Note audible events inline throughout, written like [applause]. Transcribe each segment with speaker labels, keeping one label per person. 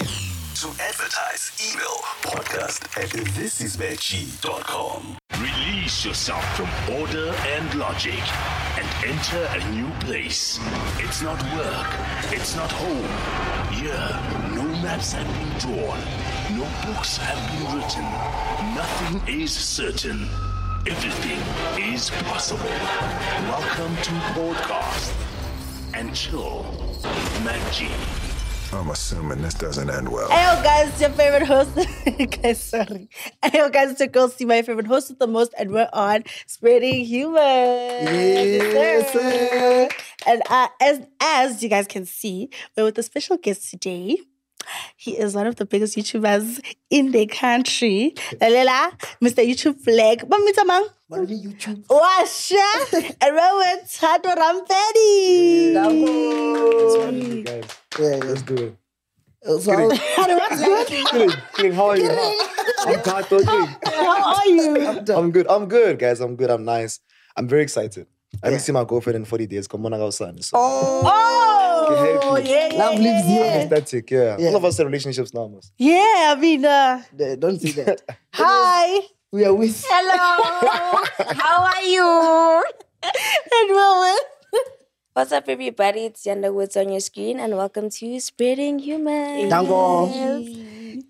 Speaker 1: to advertise, email podcast at thisisbetchy.com.
Speaker 2: Release yourself from order and logic and enter a new place. It's not work, it's not home. Here, no maps have been drawn, no books have been written, nothing is certain. Everything is possible. Welcome to Podcast and Chill with Mac G.
Speaker 3: I'm assuming this doesn't end well.
Speaker 4: Ayo guys, it's your favorite host. [laughs] guys, sorry. Ayo guys, it's your girl see my favorite host with the most, and we're on spreading humor.
Speaker 3: Yes, sir.
Speaker 4: And uh, as as you guys can see, we're with a special guest today. He is one of the biggest YouTubers in the country. Lalela, Mr. YouTube Flag. Bamitamang.
Speaker 3: YouTube.
Speaker 4: Washa.
Speaker 3: [laughs]
Speaker 4: And we're with Tato Rampedi.
Speaker 5: Yeah, let's do it.
Speaker 4: So, what's good?
Speaker 5: Killing, killing, how are you? I'm Tato. Killing.
Speaker 4: How are you?
Speaker 5: I'm good. I'm good, guys. I'm good. I'm nice. I'm very excited. I haven't seen my girlfriend in 40 days. Come on, I got son. So
Speaker 4: Oh,
Speaker 5: Okay,
Speaker 4: yeah, yeah,
Speaker 6: Oh, Love
Speaker 4: yeah,
Speaker 6: lives
Speaker 4: yeah.
Speaker 6: here.
Speaker 5: I'm ecstatic, yeah.
Speaker 6: Yeah.
Speaker 5: All of us are relationships now, most.
Speaker 4: Yeah, I mean, uh,
Speaker 6: Uh, Don't say that.
Speaker 4: hi,
Speaker 6: We are with
Speaker 4: [laughs]
Speaker 7: Hello. How are you?
Speaker 4: and Rowan.
Speaker 7: What's up, everybody? It's Yanda Woods on your screen, and welcome to Spreading Humans.
Speaker 6: Dango.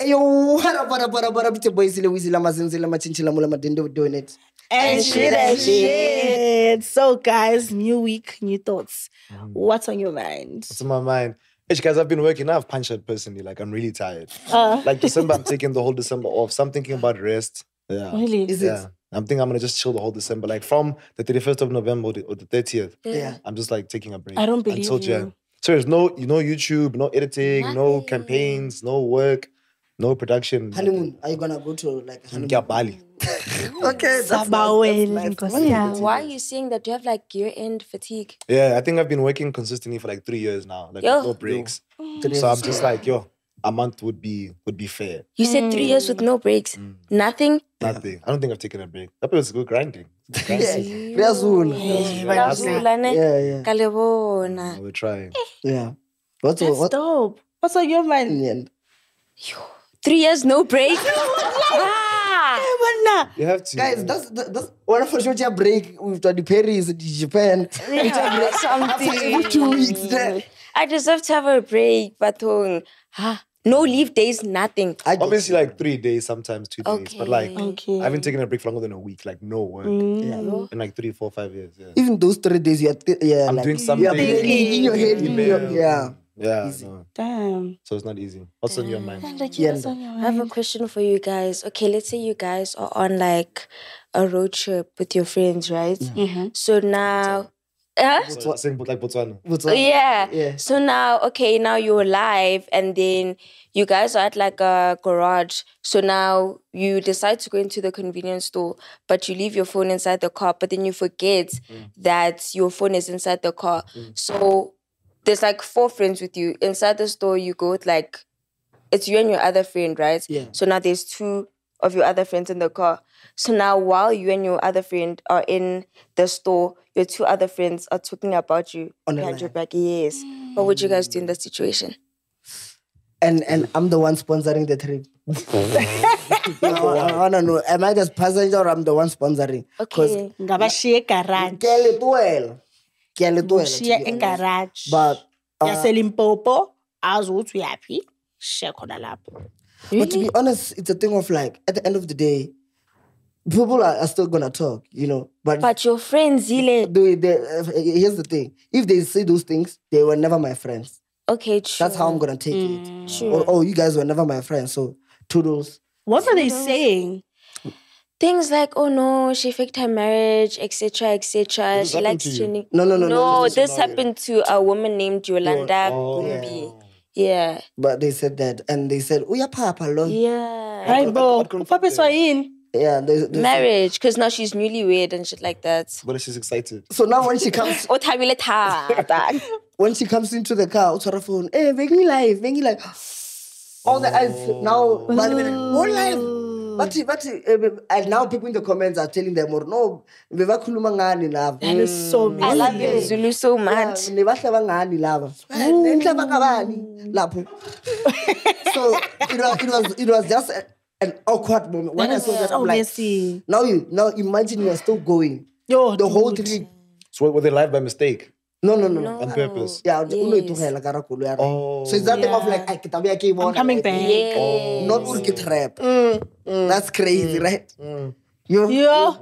Speaker 6: Ayo, hara bara bara bara bitte boy zile wizi la mazenze la machinchi la mula madendo donut.
Speaker 4: And shit, and shit. So, guys, new week, new thoughts.
Speaker 6: Mm.
Speaker 4: What's on your mind?
Speaker 5: It's in my mind. Hey, guys, I've been working. I've punched out personally. Like, I'm really tired.
Speaker 4: Uh,
Speaker 5: Like, December, I'm taking the whole December off. So I'm thinking about rest. Yeah.
Speaker 4: really?
Speaker 6: Is it?
Speaker 5: Yeah. I'm thinking I'm going to just chill the whole December. Like, from the 31st of November or the- or the 30th.
Speaker 6: Yeah.
Speaker 5: I'm just like taking a break.
Speaker 4: I don't believe
Speaker 5: until
Speaker 4: you.
Speaker 5: Jan. So there's no you know YouTube, no editing, no campaigns, no work, no production.
Speaker 6: Honeymoon. Are you gonna go to like honeymoon?
Speaker 5: Ngia Bali.
Speaker 6: Okay, that's
Speaker 4: Sabawen, Nkosi
Speaker 7: Yeah,
Speaker 4: yami.
Speaker 7: why are you saying that you have like year end fatigue?
Speaker 5: Yeah, I think I've been working consistently for like three years now. Like
Speaker 7: Yo.
Speaker 5: no breaks.
Speaker 6: Today's
Speaker 5: So I'm just like, yo, a month would be would be fair.
Speaker 7: You said three years
Speaker 6: Mm.
Speaker 7: with no breaks, nothing.
Speaker 5: Nothing. I don't think I've taken a break. That was good
Speaker 6: [laughs]
Speaker 5: grinding. Grinding.
Speaker 6: Riazul.
Speaker 7: Ngiyazulane,
Speaker 6: Yeah, yeah,
Speaker 7: kalebona.
Speaker 5: We're trying.
Speaker 6: yeah. What's
Speaker 4: That's
Speaker 6: what?
Speaker 4: dope. What's on your mind?
Speaker 6: Indian?
Speaker 7: Three years no
Speaker 6: [laughs]
Speaker 7: break. ah,
Speaker 4: Ebona.
Speaker 5: You have to. eh,
Speaker 6: Guys, that's that- that's one of your break with the Paris, the Japan.
Speaker 7: yeah,
Speaker 6: Every two weeks there.
Speaker 7: I deserve to have a break, but ah, no leave days, nothing.
Speaker 6: I get
Speaker 5: obviously
Speaker 6: you.
Speaker 5: like three days, sometimes two days. But like
Speaker 7: Okay.
Speaker 4: Okay.
Speaker 5: I haven't taken a break for longer than a week. Like no work.
Speaker 6: Mm. Yeah.
Speaker 5: In like three, four, five years. Yeah.
Speaker 6: even those three days you are th- yeah
Speaker 5: I'm
Speaker 6: like,
Speaker 5: doing
Speaker 6: you are
Speaker 5: something.
Speaker 6: thinking in your head. in your-
Speaker 5: Email.
Speaker 6: Yeah.
Speaker 5: Yeah.
Speaker 6: Easy.
Speaker 5: no.
Speaker 4: Damn.
Speaker 5: So it's not easy. What's on your mind?
Speaker 6: Yeah.
Speaker 7: I have
Speaker 6: Mm.
Speaker 7: a question for you guys. Okay, let's say you guys are on like a road trip with your friends, right?
Speaker 4: Mm-hmm.
Speaker 7: So now, huh?
Speaker 5: So it's in, like Botswana.
Speaker 6: What's
Speaker 7: Oh,
Speaker 6: up?
Speaker 7: yeah.
Speaker 6: Yeah.
Speaker 7: So now, okay, now you're alive, and then you guys are at like a garage. So now you decide to go into the convenience store, but you leave your phone inside the car, but then you forget
Speaker 6: Mm.
Speaker 7: that your phone is inside the car. So there's like four friends with you. Inside the store, you go with like, it's you and your other friend, right?
Speaker 6: Yeah.
Speaker 7: So now there's two of your other friends in the car. So now while you and your other friend are in the store, your two other friends are talking about you
Speaker 6: On the
Speaker 7: behind your
Speaker 6: line.
Speaker 7: back. Yes. What would you guys do in that situation?
Speaker 6: and and I'm the one sponsoring the
Speaker 7: [laughs]
Speaker 6: trip. No, I, I wanna know. Am I just passenger or I'm the one sponsoring?
Speaker 7: Okay.
Speaker 4: Ngabashiye garage.
Speaker 6: ke a le tlohela. Ke a le tlohela,
Speaker 4: Ushiye
Speaker 7: e
Speaker 6: to be honest.
Speaker 4: egarage.
Speaker 6: But uh,
Speaker 4: yaselimpopo azi ukuthi uyaphi shiya khona lapho
Speaker 6: but to be honest, it's a thing of like at the end of the day, people are, are still gonna talk, you know. But,
Speaker 7: But your friend Zile.
Speaker 6: they, they, uh, here's the thing: if they say those things, they were never my friends.
Speaker 7: Okay, true.
Speaker 6: That's how I'm gonna take it.
Speaker 7: True.
Speaker 6: Or, oh, you guys were never my friends, so toodles.
Speaker 4: what are they saying
Speaker 7: Things like, oh no, she faked her marriage, etc., etc.
Speaker 5: This
Speaker 7: She
Speaker 5: happened
Speaker 7: likes
Speaker 5: to you?
Speaker 7: tuning.
Speaker 6: No, no, no,
Speaker 7: No,
Speaker 6: no. no.
Speaker 7: this happened to a woman named Yolanda
Speaker 5: Oh.
Speaker 7: Gumbi. Yeah.
Speaker 6: But they said that, and they said, "Uya papa long."
Speaker 7: Yeah.
Speaker 4: hayi bo
Speaker 5: I- I- I-
Speaker 4: upaphiswa yini
Speaker 6: Yeah, they, they
Speaker 7: Marriage, because now she's newlywed and shit
Speaker 6: [laughs]
Speaker 7: like that.
Speaker 5: But she's excited.
Speaker 6: So now when she comes,
Speaker 7: O thabile thata.
Speaker 6: when she comes into the car, it's her phone. "Eh, Hey, make me live, make me live. All the eyes now. But, all live. But, but uh, and now people in the comments are telling them, or no, bebakhuluma ngani lava.
Speaker 4: That is so
Speaker 7: I
Speaker 4: amazing.
Speaker 7: love your Zulu so much.
Speaker 6: nibahlaba ngani lava
Speaker 4: Mm.
Speaker 6: nihlaba ngabani lapho
Speaker 4: [laughs]
Speaker 6: so it was, it was, it was just a, an awkward moment when i saw that
Speaker 4: so
Speaker 6: i'm like
Speaker 4: messy.
Speaker 6: now you now imagine you're still going
Speaker 4: Yo,
Speaker 6: the whole
Speaker 4: dude.
Speaker 6: trip
Speaker 5: So were they live by mistake?
Speaker 6: no no no, no.
Speaker 5: On purpose?
Speaker 6: yeah
Speaker 7: Yes.
Speaker 6: unoyitugela kara kolo ya
Speaker 5: Oh.
Speaker 6: so it's that thing of like i ke tabe ya ke
Speaker 4: I'm
Speaker 6: bona
Speaker 4: coming
Speaker 6: like, eh,
Speaker 4: back. Mm,
Speaker 7: Yeah.
Speaker 6: not ore ke trap that's crazy right yo mm,
Speaker 4: Yo,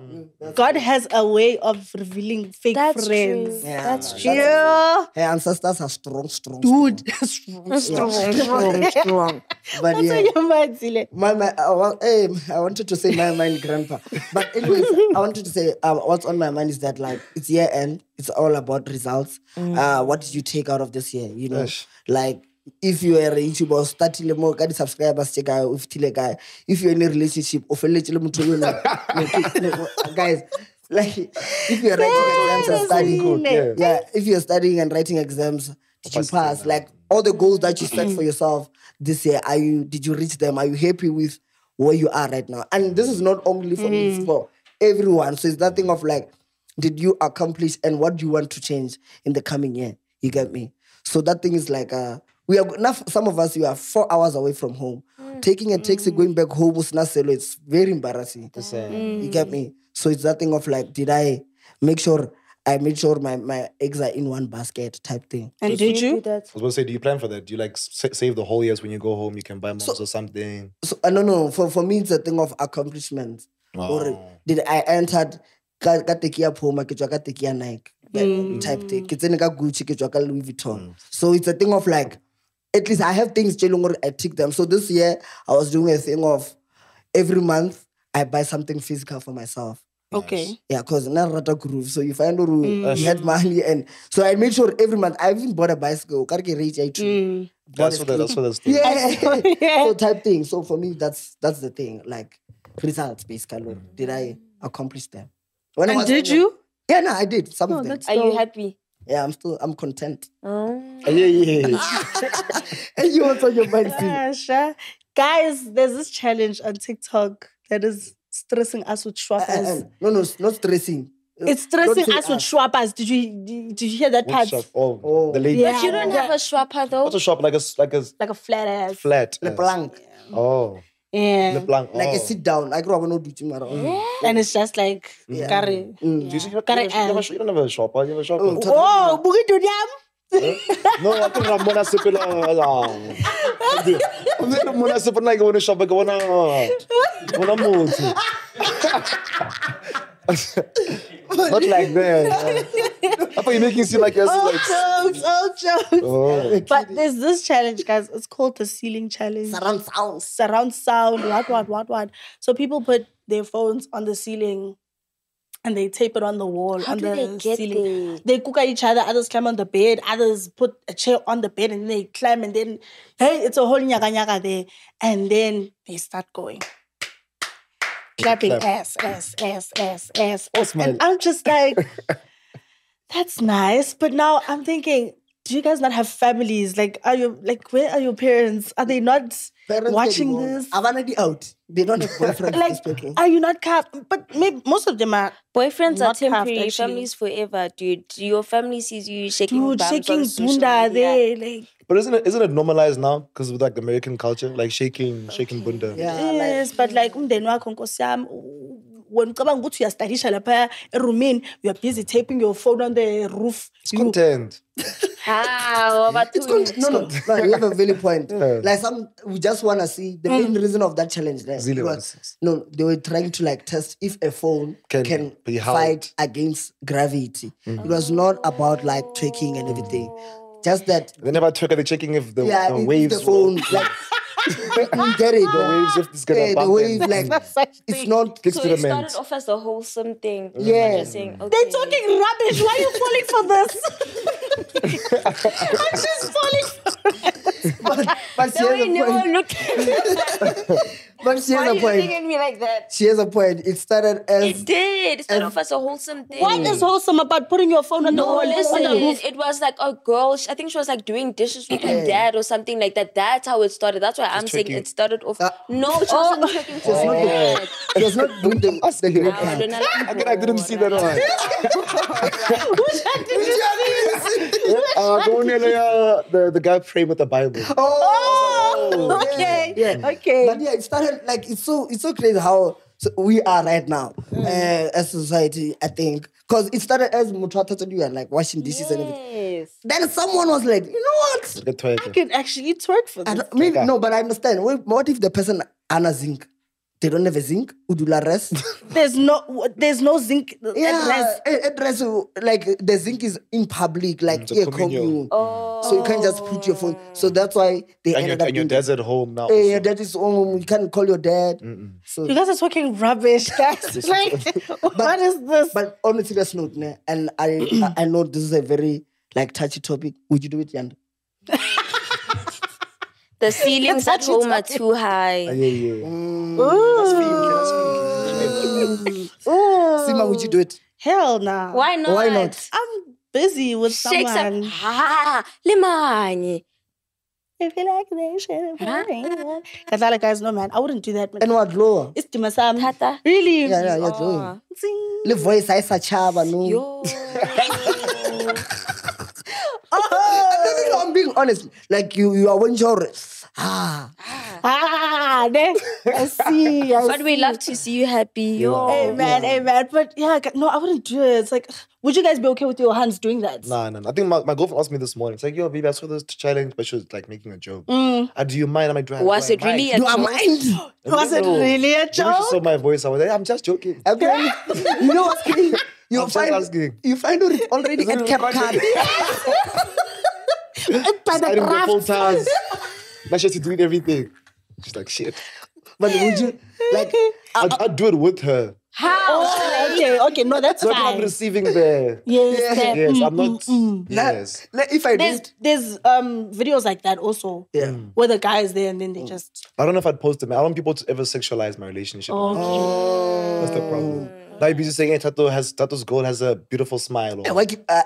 Speaker 4: God has a way of revealing fake
Speaker 7: That's
Speaker 4: friends.
Speaker 7: true. That's true.
Speaker 4: Yeah.
Speaker 6: her ancestors are strong strong
Speaker 4: Dude, [laughs] strong,
Speaker 6: [laughs]
Speaker 4: strong, strong, strong.
Speaker 6: but
Speaker 4: That's
Speaker 6: yeah
Speaker 4: what your mind is.
Speaker 6: my, my I, wa- eh, I wanted to say my mind grandpa but anyways i wanted to say um, what's on my mind is that like it's year end it's all about results uh what did you take out of this year you know
Speaker 5: Yes.
Speaker 6: like if you are a youtuber startile mo ka di-subscribers tse kae o fitile kae if you're in a relationship o feleletse le motho yo [laughs] na- guys like if you're writing exams and studying
Speaker 5: Good, yeah.
Speaker 6: yeah if you're studying and writing exams did you pass like all the goals that you set for yourself this year are you did you reach them are you happy with where you are right now and this is not only for me it's for everyone so it's that thing of like did you accomplish and what do you want to change in the coming year you get me so that thing is like uh we are now some of us we are four hours away from home taking a taxi going back home was not solo it's very embarrassing you get me? So it's that thing of like, did I make sure I made sure my, my eggs are in one basket type thing?
Speaker 4: And did you?
Speaker 5: I was going to say, do you plan for that? Do you like s- save the whole years when you go home? You can buy moms or something.
Speaker 6: So uh, no, no. For for me, it's a thing of accomplishment. Or did I entered ka ka teki ya Puma, ke tswa ka teki ya Nike like, type thing. Ke tsene ka Gucci, ke tswa ka Louis Vuitton. So it's a thing of like, at least I have things tse e leng hore I tick them. So this year I was doing a thing of every month I buy something physical for myself. [laughs]
Speaker 4: Okay. [laughs]
Speaker 6: Yeah, because not rata groove. So you find out who
Speaker 4: Mm.
Speaker 6: you had money and so I made sure every month I even bought a bicycle. Ka re ke e rage I too.
Speaker 4: Mm.
Speaker 5: That's what that, that's what that's
Speaker 6: [laughs]
Speaker 5: doing.
Speaker 6: Yeah.
Speaker 4: Yeah.
Speaker 6: so type thing. So for me that's that's the thing. Like results basically. Did I accomplish them? When I
Speaker 4: And
Speaker 6: was
Speaker 4: did
Speaker 6: younger-
Speaker 4: you? Oh,
Speaker 6: Yeah, no, I did. Some of them.
Speaker 4: that's-
Speaker 7: Are you happy?
Speaker 6: Yeah, I'm still I'm content. [laughs]
Speaker 7: Oh.
Speaker 5: yeah, yeah, yeah.
Speaker 6: And you also your mind feel.
Speaker 4: Yeah, sure. Guys, there's this challenge on TikTok that is stressing us with
Speaker 6: Uh, uh, uh,
Speaker 4: schwappers.
Speaker 6: No, no, it's not stressing.
Speaker 4: It's
Speaker 6: Don't
Speaker 4: stressing
Speaker 6: say
Speaker 4: us with schwappers. Did you did you hear that part?
Speaker 5: What's up? Oh,
Speaker 6: Oh.
Speaker 5: the lady.
Speaker 4: Yeah.
Speaker 7: But you don't have a Schwapper though.
Speaker 5: What's a shop like a s- like a s-
Speaker 4: Like a flat ass.
Speaker 5: flat?
Speaker 6: Le
Speaker 5: ass?
Speaker 6: blank.
Speaker 5: Oh,
Speaker 4: Yeah.
Speaker 5: le blank.
Speaker 6: Like a
Speaker 5: oh.
Speaker 6: sit down. I grew up no do tomorrow.
Speaker 4: And it's just like curry.
Speaker 5: Do you, see- you,
Speaker 4: Got
Speaker 5: don't,
Speaker 4: it,
Speaker 5: you, don't have a,
Speaker 4: um,
Speaker 5: sh- you don't have a shop. huh? You have a shop. Oh.
Speaker 6: Oh,
Speaker 4: Whoa, boogie to them.
Speaker 5: no, I think Ramona Sepela. oh, I'm there. Ramona Sepela. I go in a shop. I go on a. On a mood.
Speaker 6: [laughs]
Speaker 5: Not like that. I thought you're making it seem like you're
Speaker 6: Oh,
Speaker 4: All
Speaker 5: like.
Speaker 4: [laughs] jokes, all jokes.
Speaker 5: Oh.
Speaker 4: But there's this challenge, guys. It's called the ceiling challenge.
Speaker 6: Surround sounds.
Speaker 4: surround sound, what, what, what, what. So people put their phones on the ceiling and they tape it on the wall,
Speaker 7: How
Speaker 4: on
Speaker 7: do
Speaker 4: the
Speaker 7: they get
Speaker 4: ceiling.
Speaker 7: there?
Speaker 4: They cook at each other, others climb on the bed, others put a chair on the bed and they climb and then, hey, it's a whole nyaga nyaga there. And then they start going. Clapping
Speaker 5: Clap.
Speaker 4: ass, ass, ass, ass, ass.
Speaker 5: Oh,
Speaker 4: ass.
Speaker 5: smile.
Speaker 4: And I'm just
Speaker 5: [laughs]
Speaker 4: like, that's nice. But now I'm thinking, do you guys not have families? Like, are you like where are your parents? Are they not
Speaker 6: Parents
Speaker 4: watching
Speaker 6: anymore.
Speaker 4: this?
Speaker 6: Havana the out. They don't have
Speaker 4: [laughs]
Speaker 6: boyfriends.
Speaker 4: like,
Speaker 6: these people.
Speaker 4: are you not capped? But maybe most of them are.
Speaker 7: Boyfriends are
Speaker 4: Not half,
Speaker 7: temporary,
Speaker 4: actually.
Speaker 7: families forever, dude. Your family sees you shaking
Speaker 4: Dude,
Speaker 7: bums on
Speaker 4: shaking
Speaker 7: social
Speaker 4: bunda there,
Speaker 7: media.
Speaker 4: like
Speaker 5: But isn't it isn't it normalized now? Because with like American culture, like shaking shaking bunda.
Speaker 6: Yeah, like, hmm.
Speaker 4: yes, but like umndeni wakho nkosi yami u- when ucabanga ukuthi uyastadisha lapha erumini you're busy taping your phone on the roof
Speaker 5: It's content.
Speaker 7: How about
Speaker 6: It's going no, no, no, you have a valid point.
Speaker 5: [laughs] Yeah.
Speaker 6: Like some, we just want to see the
Speaker 7: Mm.
Speaker 6: main reason of that challenge. There
Speaker 5: Zile
Speaker 6: was, no, they were trying to like test if a phone
Speaker 5: Can
Speaker 6: can,
Speaker 5: be held. Mm-hmm.
Speaker 6: fight against gravity. It was not about like tricking and everything, just that
Speaker 5: They never talk about checking if the,
Speaker 6: yeah,
Speaker 5: the
Speaker 6: if- if
Speaker 5: waves
Speaker 6: the phone
Speaker 5: [laughs]
Speaker 6: like [laughs] you get it.
Speaker 5: the waves if it's gonna
Speaker 6: Yeah, the
Speaker 5: bump
Speaker 6: wave
Speaker 5: and-
Speaker 6: like it's not.
Speaker 5: the
Speaker 7: So it
Speaker 5: experiment.
Speaker 7: started off as a wholesome thing.
Speaker 6: Yeah.
Speaker 7: Just saying, okay.
Speaker 4: they're talking rubbish why are you falling for
Speaker 6: [laughs]
Speaker 4: this I'm just falling
Speaker 6: But
Speaker 7: No,
Speaker 6: here's
Speaker 7: we
Speaker 6: the [laughs]
Speaker 7: never
Speaker 6: point.
Speaker 7: look at
Speaker 6: But she has a point.
Speaker 7: me like that?
Speaker 6: She has a point. It started
Speaker 7: It
Speaker 6: as
Speaker 7: did. It started off as a wholesome thing.
Speaker 4: What
Speaker 6: Mm.
Speaker 4: is wholesome about putting your phone on
Speaker 7: No,
Speaker 4: the wall?
Speaker 7: listen.
Speaker 4: On the
Speaker 7: [laughs]
Speaker 4: roof?
Speaker 7: It was like a girl. sh- I think she was like doing dishes with her dad or something like that. That's how it started. That's why I'm saying
Speaker 5: twerking.
Speaker 7: it started off.
Speaker 6: Uh,
Speaker 7: no, she [laughs] wasn't talking to her dad.
Speaker 6: she was not doing the,
Speaker 7: Oh!
Speaker 6: the great
Speaker 7: I
Speaker 6: part.
Speaker 7: don't know.
Speaker 5: I didn't see that one.
Speaker 4: [laughs]
Speaker 5: uh, go on, uh, the, the guy prayed with the Bible.
Speaker 6: Oh, yeah,
Speaker 4: [laughs] Okay.
Speaker 6: yeah.
Speaker 4: Okay.
Speaker 6: But yeah, it started like it's so it's so crazy how so we are right now
Speaker 4: Mm.
Speaker 6: uh, as society. I think because it started as Mutata to do and like washing dishes and everything.
Speaker 7: Yes.
Speaker 6: Then someone was like, you know what?
Speaker 5: The
Speaker 4: I
Speaker 5: twerking.
Speaker 4: can actually twerk for
Speaker 6: I
Speaker 4: this.
Speaker 6: don't, I mean, no, but I understand. What, what if the person ana zinc? They don't have a zinc. Udula
Speaker 4: [laughs]
Speaker 6: rest.
Speaker 4: There's no there's no zinc address.
Speaker 6: a- address, uh, like the zinc is in public, like
Speaker 5: a
Speaker 6: yeah, commune.
Speaker 5: communal.
Speaker 7: "Oh."
Speaker 6: So you can't just put your phone.
Speaker 4: Oh.
Speaker 6: So that's why they
Speaker 5: And
Speaker 6: ended
Speaker 5: your,
Speaker 6: up
Speaker 5: and your
Speaker 6: doing
Speaker 5: dad's at home now.
Speaker 6: Yeah,
Speaker 5: also.
Speaker 6: your dad is home. You can't call your dad. So,
Speaker 4: You guys are talking
Speaker 6: [laughs]
Speaker 4: rubbish, guys. like, [laughs] what is this?
Speaker 6: but on a serious note, ne, and I, I I know this is a very like touchy topic. Would you do it, Yanda?
Speaker 7: The ceilings at
Speaker 4: That's what
Speaker 7: home are too high.
Speaker 5: Yeah, yeah.
Speaker 4: Mm. [laughs] Ooh.
Speaker 6: Sima, would you do it?
Speaker 4: Hell nah.
Speaker 7: Why not?
Speaker 6: Why not?
Speaker 4: I'm busy with
Speaker 7: Shakes up.
Speaker 4: someone.
Speaker 7: Ha limanye.
Speaker 4: I feel like they should have been. Kazala guys, no man, I wouldn't do that. man.
Speaker 6: And what lower?
Speaker 4: It's the masam.
Speaker 7: Tata.
Speaker 4: Really?
Speaker 6: Yeah, yeah, yeah.
Speaker 7: Ah,
Speaker 6: Lower. The voice I such chava no. [laughs]
Speaker 7: [laughs] Yo.
Speaker 6: No, no, no, I'm being honest. Like you, you are one genre. Ah,
Speaker 4: Ah, [laughs] ne? I
Speaker 6: [laughs]
Speaker 4: see. I
Speaker 7: But we love to see you happy.
Speaker 6: Oh,
Speaker 7: Yo.
Speaker 4: Amen, amen. But yeah, g- no, I wouldn't do it. It's like, would you guys be okay with your hands doing that?
Speaker 5: Nah, nah, nah. I think my, my girlfriend asked me this morning. It's like, yo, baby, I saw this challenge, but she was like making a joke. Uh, do you mind? I'm like, do I- do
Speaker 7: Was
Speaker 5: I
Speaker 7: it really
Speaker 5: mind?
Speaker 7: a
Speaker 6: you are
Speaker 7: joke?
Speaker 6: mindy.
Speaker 4: Was it
Speaker 5: No.
Speaker 4: Mm. really a
Speaker 5: Maybe She saw
Speaker 4: joke?
Speaker 5: my voice. I was like, I'm just joking.
Speaker 6: Apparently, you know what's crazy? You
Speaker 5: I'm just
Speaker 6: find
Speaker 5: asking.
Speaker 6: you find out it's already at Cape Card.
Speaker 5: [laughs]
Speaker 4: By the
Speaker 5: I didn't go
Speaker 4: graph.
Speaker 5: full times.
Speaker 4: [laughs]
Speaker 5: Now she has to do it everything. She's like, shit.
Speaker 6: But
Speaker 4: Uh,
Speaker 6: would you like?
Speaker 5: I'd, I'd do it with her.
Speaker 4: Oh, okay, okay, no, that's
Speaker 5: So I'm
Speaker 4: fine.
Speaker 5: not receiving the.
Speaker 4: Yes, that- Mm,
Speaker 5: Yes, I'm not. Yes.
Speaker 6: Like, if I
Speaker 4: There's
Speaker 6: did,
Speaker 4: there's um videos like that also.
Speaker 6: Yeah.
Speaker 4: Where the guy is there and then
Speaker 5: Mm.
Speaker 4: they just
Speaker 5: I don't know if I'd post them. I don't want people to ever sexualize my relationship.
Speaker 4: Oh.
Speaker 5: That's the problem. Now you're busy saying, hey, Tato has Tato's girl has a beautiful smile. Or,
Speaker 6: like uh,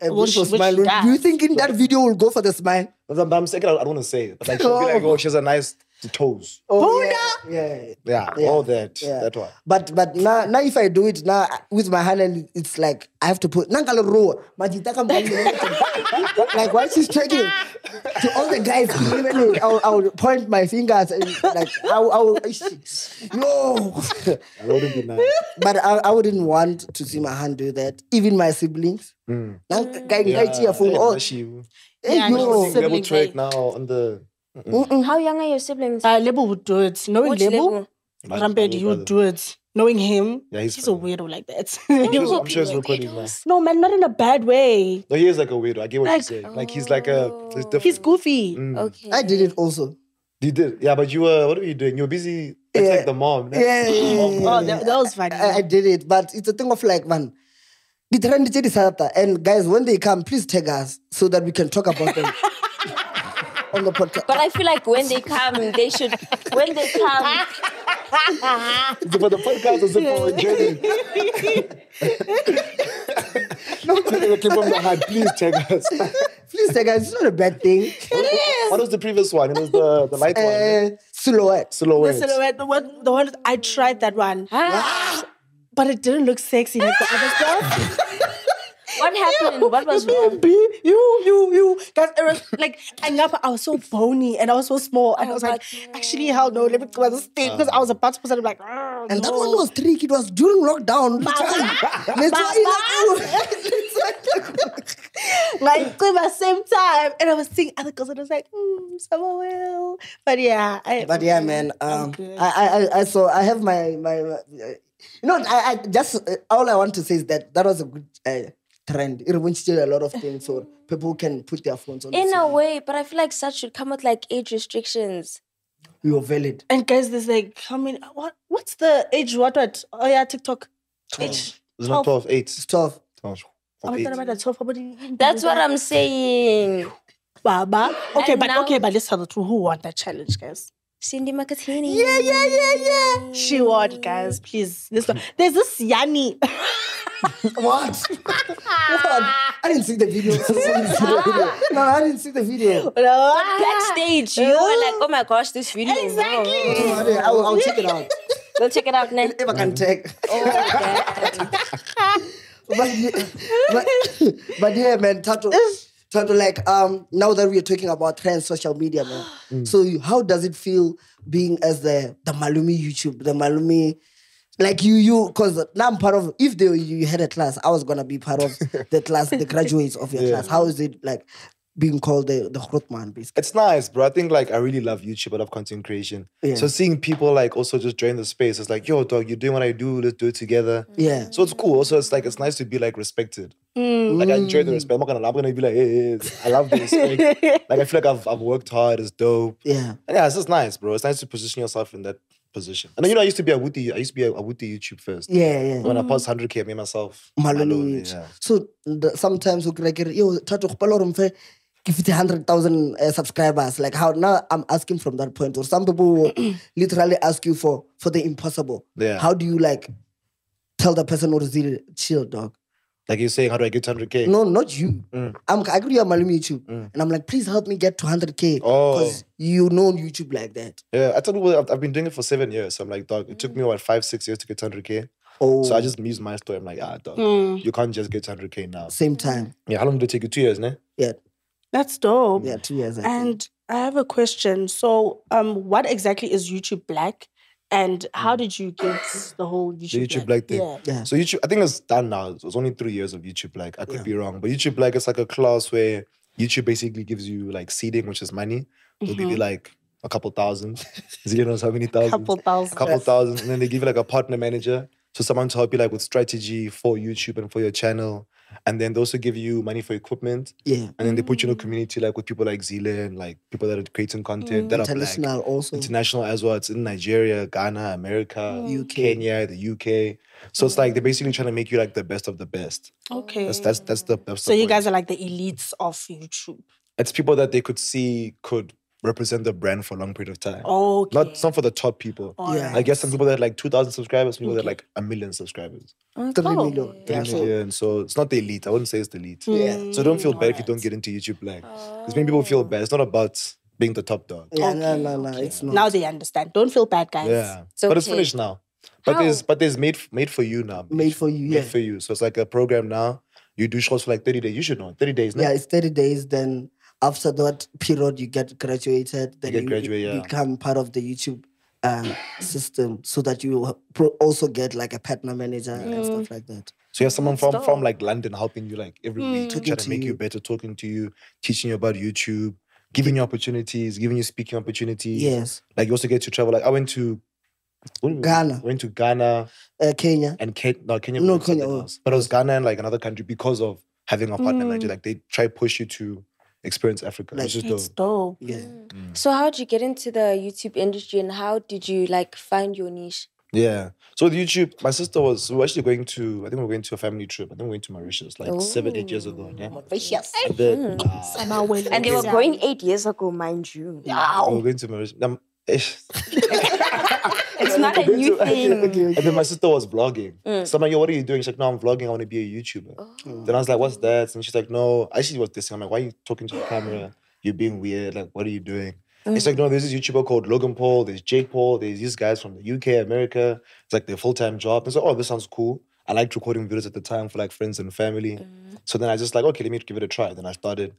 Speaker 6: a
Speaker 4: Which-
Speaker 6: beautiful
Speaker 4: which
Speaker 6: smile.
Speaker 4: does.
Speaker 6: Do you think in that video will go for the smile?
Speaker 5: but I'm, but I'm saying, I don't want to say it. But like, she'll be like, oh, she has a nice toes.
Speaker 6: Oh, yeah. yeah.
Speaker 5: Yeah,
Speaker 6: Yeah.
Speaker 5: all that.
Speaker 6: Yeah.
Speaker 5: That one.
Speaker 6: But but now now if I do it now with my hand and it's like I have to put Nankala row. like while she's checking to all the guys, even me, I'll, I'll point my fingers and like I'll, I'll no. [laughs]
Speaker 5: That wouldn't be nice.
Speaker 6: But I, I wouldn't want to see my hand do that. Even my siblings. Nank- guy- guy cheer for-
Speaker 5: Hmm. Yeah,
Speaker 6: oh,
Speaker 5: she-
Speaker 6: hey,
Speaker 4: Yeah,
Speaker 6: yo.
Speaker 4: she's-
Speaker 5: Level
Speaker 4: Sibling
Speaker 5: track
Speaker 4: fight.
Speaker 5: now on the.
Speaker 7: How young are your siblings?
Speaker 4: uh, Lebo would do it. Knowing
Speaker 7: Which
Speaker 4: Lebo,
Speaker 7: Lebo?
Speaker 5: My-
Speaker 4: Rampage,
Speaker 5: my
Speaker 4: he
Speaker 5: brother.
Speaker 4: would do it. Knowing him,
Speaker 5: Yeah, he's
Speaker 4: he's, a
Speaker 5: funny.
Speaker 4: weirdo like that. [laughs]
Speaker 5: I'm sure- I'm sure it's recording now.
Speaker 4: no man, not in a bad way.
Speaker 5: No, he is like a weirdo. I get what
Speaker 4: Like-
Speaker 5: you're saying. Like he's like a. He's different.
Speaker 4: He's goofy.
Speaker 5: Mm.
Speaker 7: Okay.
Speaker 6: I did it also.
Speaker 5: You did, yeah. But you were. What were you doing? You were busy. It's
Speaker 6: Yeah.
Speaker 5: like the mom. no?
Speaker 6: Yeah, yeah, yeah, yeah.
Speaker 4: [laughs] Oh, that, that was funny.
Speaker 6: I, I did it, but it's a thing of like, man, the trend is Sata. And guys, when they come, please tag us so that we can talk
Speaker 4: [laughs]
Speaker 6: about them on the podcast.
Speaker 7: But I feel like when they come, they should. When they come,
Speaker 5: It's for the podcast. It's for journey. no, keep on my hand. Please check us.
Speaker 6: please tag us. It's not a bad thing.
Speaker 5: What was the previous one? It was the the light one.
Speaker 6: Uh, silhouette.
Speaker 4: the
Speaker 5: Silhouette.
Speaker 4: silhouette, the one, the one I tried that one,
Speaker 6: Ah.
Speaker 4: but it didn't look sexy like the other stuff.
Speaker 7: what happened? What was wrong?
Speaker 4: Be you, you, you. Guys, it was like I know, but I was so bony and I was so small, and I was like, actually, hell no, let me go on the stage because I was about to put something like. "Ah,
Speaker 6: And that
Speaker 4: no."
Speaker 6: one was tricky. It was during lockdown. That's why [laughs]
Speaker 4: like at the same time, and I was seeing other girls, and I was like, mm, summer will. But yeah, I,
Speaker 6: But yeah, man. Um,
Speaker 4: good.
Speaker 6: I, I, I, I, so I have my, my, uh, you know, I, I just uh, all I want to say is that that was a good uh, trend. It still a lot of things, so people can put their phones on. the
Speaker 7: In
Speaker 6: ceiling.
Speaker 7: a way, but I feel like such should come with like age restrictions.
Speaker 6: You're valid.
Speaker 4: and guys, there's like, I mean, what, what's the age? What, what? Oh yeah, TikTok. Age. Oh
Speaker 5: It's not 12, 8.
Speaker 6: It's tough.
Speaker 5: 12,
Speaker 4: I'm not
Speaker 5: 8.
Speaker 4: about that 12, probably.
Speaker 7: That's what I'm saying.
Speaker 4: Baba. Okay,
Speaker 7: And
Speaker 4: but
Speaker 7: now-
Speaker 4: okay, but let's tell the truth. Who won that challenge, guys?
Speaker 7: Cindy Macatini.
Speaker 4: Yeah, yeah, yeah, yeah. She won, guys. Please. This
Speaker 7: [laughs]
Speaker 4: one. There's this Yanni. [laughs]
Speaker 6: What? what? I didn't see the video. [laughs] no, I didn't see
Speaker 4: [laughs]
Speaker 6: the video.
Speaker 7: Backstage, you were like, oh my gosh, this video. is
Speaker 6: No,
Speaker 7: wrong."
Speaker 6: I didn't. I'll, I'll check it out.
Speaker 7: Go check it out now.
Speaker 6: [laughs] If I can check. but, but, but yeah, man, Tato, Tato, like um, now that we're talking about trends, social media, man. So you- how does it feel being as the the Malumi YouTube, the Malumi? Like you, you, cause now I'm part of. If they, you had a class, I was gonna be part of the class, the graduates of your class. How is it like being called the the Grootman,
Speaker 5: [laughs]
Speaker 6: basically?
Speaker 5: It's nice, bro. I think like I really love YouTube. I love content creation.
Speaker 6: Yeah.
Speaker 5: So seeing people like also just join the space, it's like, yo, dog, you're doing what I do. Let's do it together.
Speaker 6: Yeah.
Speaker 5: So it's cool. Also, it's like it's nice to be like respected. Like I enjoy the respect. I'm not gonna. lie. I'm gonna be like, hey, hey, I love the respect. like I feel like I've I've worked hard. It's dope.
Speaker 6: Yeah.
Speaker 5: And yeah, it's just nice, bro. It's nice to position yourself in that position. And then, you know, I used to be a Wuti. I used to be a, a Wuti YouTube first.
Speaker 6: Yeah. Mm. Yeah.
Speaker 5: When I passed 100k, I made myself
Speaker 6: malone
Speaker 5: Yeah.
Speaker 6: so the, sometimes o kry kere yo thato kgopela gore mfe ke fitlhe hundred thousand uh, subscribers like how now i'm asking from that point or some people
Speaker 5: [clears throat]
Speaker 6: will literally ask you for for the impossible
Speaker 5: Yeah.
Speaker 6: how do you like tell the person or zil chill dog
Speaker 5: Like you're saying, how do I get 100k?
Speaker 6: no not you
Speaker 5: Mm.
Speaker 6: i'm i could be on malumi youtube and i'm like please help me get to 100k
Speaker 5: Oh.
Speaker 6: because you know youtube like that
Speaker 5: Yeah, I tell people I've, I've been doing it for seven years. So I'm like, dog, it took me what five, six years to get 100k.
Speaker 6: Mm. oh Mm.
Speaker 5: So I just use my story. I'm like, ah, dog,
Speaker 7: Hmm.
Speaker 5: you can't just get 100k now.
Speaker 6: same time
Speaker 5: Yeah, how long did it take you? Two years, ne?
Speaker 6: yeah
Speaker 4: That's
Speaker 5: Oh.
Speaker 4: dope.
Speaker 6: yeah two years I think.
Speaker 4: And I have a question. So, um, what exactly is YouTube Black, and how did you get the whole
Speaker 5: Hmm. The
Speaker 4: YouTube,
Speaker 5: YouTube Black thing.
Speaker 4: Yeah.
Speaker 6: Yeah.
Speaker 5: So YouTube, I think it's done now. It was only three years of YouTube Black. I could be wrong, but YouTube Black is like a class where YouTube basically gives you like seeding, which is money. They'll give you like a couple thousand. [laughs] Zillion knows how many thousand.
Speaker 4: Mm-hmm. Couple thousand.
Speaker 5: couple thousand, and then they give you like a partner manager, so someone to help you like with strategy for YouTube and for your channel, and then they also give you money for equipment,
Speaker 6: yeah
Speaker 5: and then they put you in a
Speaker 4: Mm.
Speaker 5: community like with people like Zile and like people that are creating content
Speaker 4: Mm.
Speaker 5: that are black,
Speaker 6: international also
Speaker 5: international as well. It's in Nigeria, Ghana,
Speaker 4: Oh,
Speaker 5: America,
Speaker 6: UK.
Speaker 5: Kenya, the UK. So it's like they're basically trying to make you like the best of the best.
Speaker 4: Okay.
Speaker 5: That's that's that's the that's
Speaker 4: Oh. so
Speaker 5: the
Speaker 4: you
Speaker 5: point.
Speaker 4: guys are like the elites of YouTube.
Speaker 5: it's people that they could see could represent the brand for a long period of time.
Speaker 4: Okay. Oh,
Speaker 5: Not some for the top people.
Speaker 4: Alright.
Speaker 5: I guess some people that had like 2,000 subscribers, people that had like a million subscribers.
Speaker 6: three
Speaker 4: Oh.
Speaker 6: million
Speaker 5: Three
Speaker 6: Yeah, so-
Speaker 5: million. So it's not the elite. I wouldn't say it's the elite.
Speaker 4: Hmm,
Speaker 6: Yeah.
Speaker 5: So don't feel bad if you don't get into YouTube Black. Because many people
Speaker 4: Oh.
Speaker 5: feel bad. It's not about being the top dog.
Speaker 6: Yeah, no, no, no, it's not.
Speaker 4: Now they understand. Don't feel bad, guys.
Speaker 5: Yeah.
Speaker 7: It's
Speaker 5: But it's
Speaker 7: okay.
Speaker 5: finished now. But
Speaker 7: How?
Speaker 5: there's but there's made made for you now.
Speaker 6: Made for you,
Speaker 5: Made
Speaker 6: yeah.
Speaker 5: for you. So it's like a program now. You do shows for like 30 days. You should know. 30 days now.
Speaker 6: Yeah, it's 30 days. Then after that period, you get graduated. Then
Speaker 5: get graduate, yeah.
Speaker 6: become part of the YouTube uh, system so that you will pro- also get like a partner manager and stuff like that.
Speaker 5: So you have someone from, from like London helping you like every week,
Speaker 6: Talking
Speaker 5: trying to
Speaker 6: to
Speaker 5: make you
Speaker 6: you.
Speaker 5: better, talking to you, teaching you about YouTube, giving you opportunities, giving you speaking opportunities.
Speaker 6: Yes.
Speaker 5: Like you also get to travel. Like I went to where did we-
Speaker 6: Ghana.
Speaker 5: Went to Ghana
Speaker 6: Uh, Kenya.
Speaker 5: and Kenya. No, Kenya.
Speaker 6: No,
Speaker 5: was something
Speaker 6: Kenya, oh.
Speaker 5: else. But it was Ghana and like another country because of having a partner manager. Like they try push you to experience Africa,
Speaker 6: Like-
Speaker 5: which is
Speaker 4: It's
Speaker 5: dope.
Speaker 4: dope.
Speaker 6: Yeah.
Speaker 7: So how did you get into the YouTube industry and how did you like find your niche?
Speaker 5: Yeah. So with YouTube, my sister was we were actually going to. I think we were going to a family trip. I think we were going to Mauritius like seven, eight years ago. Yeah.
Speaker 4: Oh. Yes.
Speaker 5: And then uh,
Speaker 7: And they were going eight years ago, mind you.
Speaker 5: we were going to Mauritius. Um, eh.
Speaker 7: It's not a new thing.
Speaker 5: And then my sister was vlogging. So I'm like, yo, what are you doing? She's like, no, I'm vlogging. I want to be a YouTuber. Then I was like, what's that? And she's like, no. Actually, she was dissing. I'm like, why are you talking to the camera? You're being weird. Like, what are you doing? It's like, no, there's this YouTuber called Logan Paul. There's Jake Paul. There's these guys from the UK, America. It's like their full time job. It's like, oh, this sounds cool. I liked recording videos at the time for like friends and family. So then I just like, okay, let me give it a try. Then I started.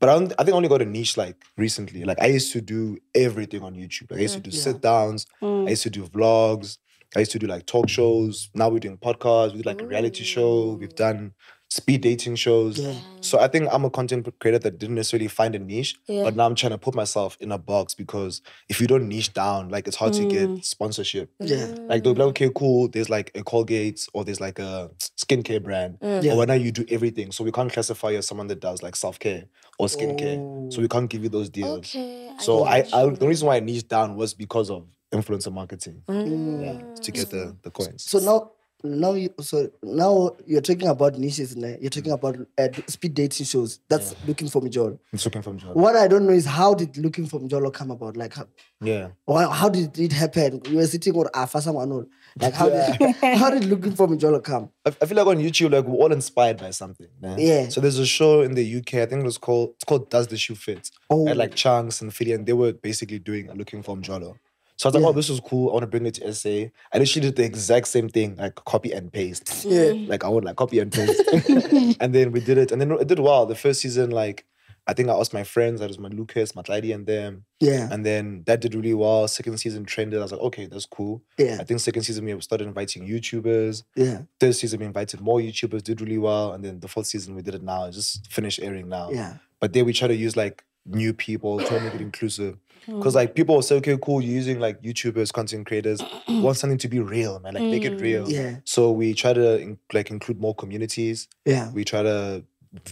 Speaker 5: But I, don't- I think I only got a niche like recently. Like I used to do everything on YouTube. Like I used to do sit downs. I used to do vlogs. I used to do like talk shows. Now we're doing podcasts. We did like a reality show. We've done speed dating shows. So I think I'm a content creator that didn't necessarily find a niche, but now I'm trying to put myself in a box because if you don't niche down, like it's hard to
Speaker 7: Mm.
Speaker 5: get sponsorship.
Speaker 6: Yeah.
Speaker 5: Like they'll be like, okay, cool. There's like a Colgate or there's like a skincare
Speaker 7: Mm.
Speaker 5: brand.
Speaker 6: Yeah.
Speaker 5: But why not you do everything? So we can't classify you as someone that does like self care or skincare. So we can't give you those deals.
Speaker 7: Okay. I
Speaker 5: So
Speaker 7: get
Speaker 5: I,
Speaker 7: what
Speaker 5: I
Speaker 7: you
Speaker 5: the reason why I
Speaker 7: Mm.
Speaker 5: niched down was because of influencer marketing. Yeah, to get the the coins.
Speaker 6: So now now you so now you're talking about niches ne? you're talking about uh, speed dating shows that's looking for Mijolo
Speaker 5: It's looking from Jordan.
Speaker 6: what I don't know is how did looking for Mijolo come about like how,
Speaker 5: Yeah.
Speaker 6: why- how did it happen you were sitting on Afa someone old. like how did how did looking for Mijolo come
Speaker 5: I, I feel like on YouTube, like we're all inspired by something. Né?
Speaker 6: Yeah.
Speaker 5: So there's a show in the UK. I think it was called it's called Does the Shoe Fit?
Speaker 6: Oh.
Speaker 5: And like Changs and Fidi, and they were basically doing a looking for Mjolo. So I was like, oh, this is cool. I want to bring it to SA. I literally did the exact same thing, like copy and paste.
Speaker 6: Yeah.
Speaker 5: Like I would like copy and paste. [laughs] and then we did it, and then it did well. The first season, like. I think I asked my friends, I was my Lucas, my Lady and them.
Speaker 6: Yeah.
Speaker 5: And then that did really well. Second season trended. I was like, okay, that's cool.
Speaker 6: Yeah.
Speaker 5: I think second season we started inviting YouTubers
Speaker 6: yeah
Speaker 5: third season we invited more YouTubers, did really well, and then the fourth season we did it now. It's just finished airing now.
Speaker 6: Yeah.
Speaker 5: But then we try to use like new people, try to make it inclusive. Because like people will say, okay, cool, you're using like YouTubers, content creators, want something to be real, man. Like make it real.
Speaker 6: Yeah.
Speaker 5: So we try to in- like include more communities.
Speaker 6: yeah
Speaker 5: We try to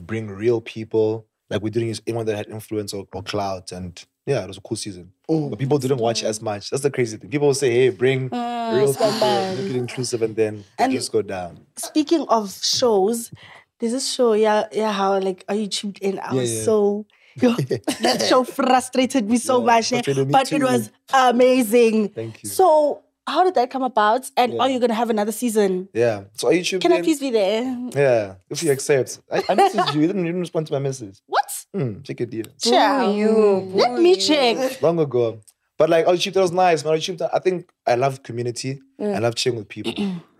Speaker 5: bring real people. Like we didn't use anyone that had influence or, or clout and yeah, it was a cool season. But people didn't watch as much. That's the crazy thing. People will say, hey, bring real people, make it inclusive, and then
Speaker 4: And-
Speaker 5: it just go down.
Speaker 4: Speaking of shows, there's a show, yeah, yeah, how like I tuned in. I was
Speaker 5: yeah.
Speaker 4: so
Speaker 5: [laughs]
Speaker 4: yo, that show frustrated me so
Speaker 5: Yeah,
Speaker 4: much, eh,
Speaker 5: frustrated me
Speaker 4: but it
Speaker 5: too.
Speaker 4: was amazing.
Speaker 5: Thank you.
Speaker 4: So, how did that come about? And
Speaker 5: Yeah.
Speaker 4: are you gonna have another season?
Speaker 5: Yeah. So are you tubing?
Speaker 4: Can I please be there?
Speaker 5: Yeah. If you accept, I, I messaged you. You didn't, you didn't respond to my message.
Speaker 4: What?
Speaker 5: Hmm. Check it deal.
Speaker 4: Ciao.
Speaker 7: you.
Speaker 4: Let me
Speaker 5: [laughs]
Speaker 4: check.
Speaker 5: Long ago. But like our that was nice, man. Our I think I love community.
Speaker 4: Mm.
Speaker 5: I love chilling with people.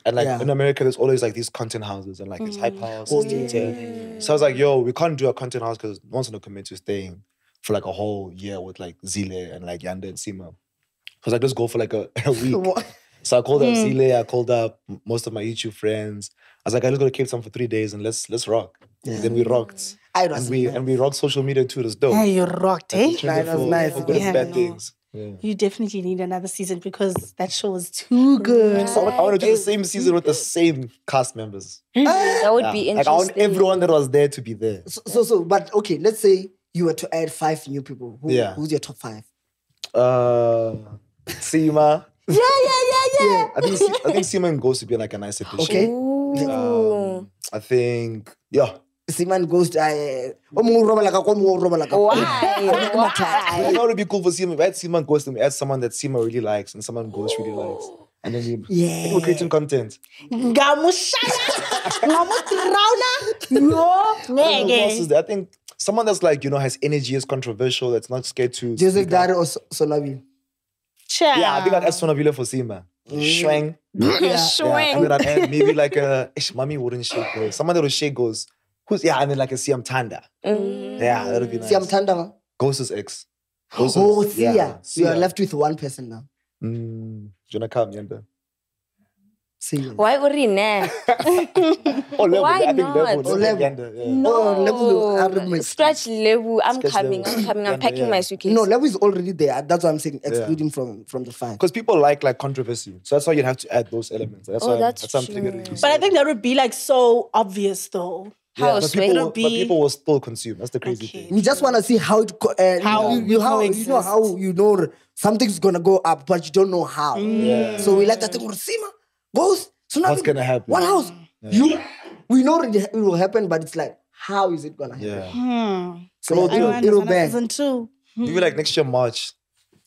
Speaker 5: And like
Speaker 6: Yeah.
Speaker 5: in America, there's always like these content houses and like it's
Speaker 4: Mm.
Speaker 5: hype house. it's theater. So I was like, yo, we can't do a content house because no one's gonna commit to staying for like a whole year with like Zile and like Yanda and Sima. So I was like, let's go for like a, [laughs] a week. So I called up
Speaker 4: Mm.
Speaker 5: Zile, I called up m- most of my YouTube friends. I was like, I just go to Cape Town for three days and let's let's rock. And then we
Speaker 4: Mm.
Speaker 5: rocked.
Speaker 6: I
Speaker 5: And
Speaker 6: was
Speaker 5: we and we rocked social media too. It was dope.
Speaker 4: Yeah, you rocked, eh?
Speaker 5: Turned it
Speaker 6: that was
Speaker 5: for-
Speaker 6: nice.
Speaker 5: for good and
Speaker 4: Yeah,
Speaker 5: bad
Speaker 4: no.
Speaker 5: things.
Speaker 4: You definitely need another season because that show was too good.
Speaker 5: So I want, I want to do the same season with the same cast members.
Speaker 7: That would be
Speaker 5: Yeah. Like I want
Speaker 7: interesting.
Speaker 5: everyone that was there to be there.
Speaker 6: so, so so but okay let's say you were to add five new people who,
Speaker 5: Yeah.
Speaker 6: who's your top five
Speaker 5: Uh, Sima.
Speaker 4: Yeah, yeah, yeah,
Speaker 5: [laughs]
Speaker 4: yeah. Oh.
Speaker 5: I think Si- I think Sima and Ghost would be like a nice addition.
Speaker 6: okay
Speaker 5: Um, I think yeah.
Speaker 6: Simon uh, Ghost I o mongwe o robala ka kwa o mongwe o robala ka kwa.
Speaker 7: Why? [laughs]
Speaker 5: I
Speaker 7: Why?
Speaker 5: think that would be cool for Sima. If I had Sima and Ghost, then we add someone that Sima really likes and someone Ghost really likes. And then you- I think we're creating content.
Speaker 4: [laughs] Ngamushaya, ngamudrauna, yo,
Speaker 5: I don't know who else is
Speaker 4: ngeke.
Speaker 5: there. I think someone that's like, you know, has energy, is controversial, that's not scared to.
Speaker 6: Joseph
Speaker 5: speak up.
Speaker 6: Dare or So- Sonavi
Speaker 4: Ciao.
Speaker 5: Yeah, I think I'd add Sonavila for Sima. Shwang. Yeah, and then I'd add maybe like a ish, mommy wouldn't shake goes. Someone that will shake goes. Who's yeah, and then like a CM Tanda.
Speaker 7: Mm.
Speaker 5: Yeah, that'll be nice.
Speaker 6: Mm. Siam Tandama
Speaker 5: Ghost's ex. Ghost is-
Speaker 6: oh Sia you are
Speaker 5: Sia.
Speaker 6: left with one person now
Speaker 5: Mm, do you wanna come, Yanda?
Speaker 6: Sia
Speaker 7: Why uri ne?
Speaker 5: Oh, level.
Speaker 7: Why
Speaker 5: I think
Speaker 7: not?
Speaker 5: level.
Speaker 6: Oh,
Speaker 5: level.
Speaker 6: level.
Speaker 5: Yanda, yeah.
Speaker 6: Oh, Lebu, I
Speaker 7: No.
Speaker 6: remember.
Speaker 7: Scratch Lebu. I'm
Speaker 5: Scratch
Speaker 7: coming.
Speaker 5: Lebu.
Speaker 7: I'm coming.
Speaker 5: Yeah,
Speaker 7: I'm packing my
Speaker 5: yeah.
Speaker 7: suitcase.
Speaker 6: no Lebu is already there that's what I'm saying excluding from from the five
Speaker 5: Because people like like controversy, so that's why you have to add those elements. That's
Speaker 7: Oh,
Speaker 5: why
Speaker 7: that's
Speaker 5: that's something.
Speaker 7: true.
Speaker 4: But I think that would be like so obvious though.
Speaker 7: How
Speaker 5: but
Speaker 7: sweet.
Speaker 5: people, will,
Speaker 4: It'll
Speaker 5: but
Speaker 4: be-
Speaker 5: people will still consume. That's the crazy
Speaker 4: Okay.
Speaker 5: thing.
Speaker 6: we just want to see how it co- uh,
Speaker 4: How
Speaker 6: you, you how you know
Speaker 4: coexist.
Speaker 6: how you know something's gonna go up but you don't know how
Speaker 5: Yeah.
Speaker 6: so we like that thing Sima Ghost Sonavi
Speaker 5: What's gonna happen?
Speaker 6: one house you we know it it will happen but it's like how is it gonna happen
Speaker 5: Yeah.
Speaker 4: Hmm.
Speaker 6: so it'll,
Speaker 4: I
Speaker 6: it'll,
Speaker 4: want another
Speaker 6: bang.
Speaker 4: season two.
Speaker 5: Maybe like next year March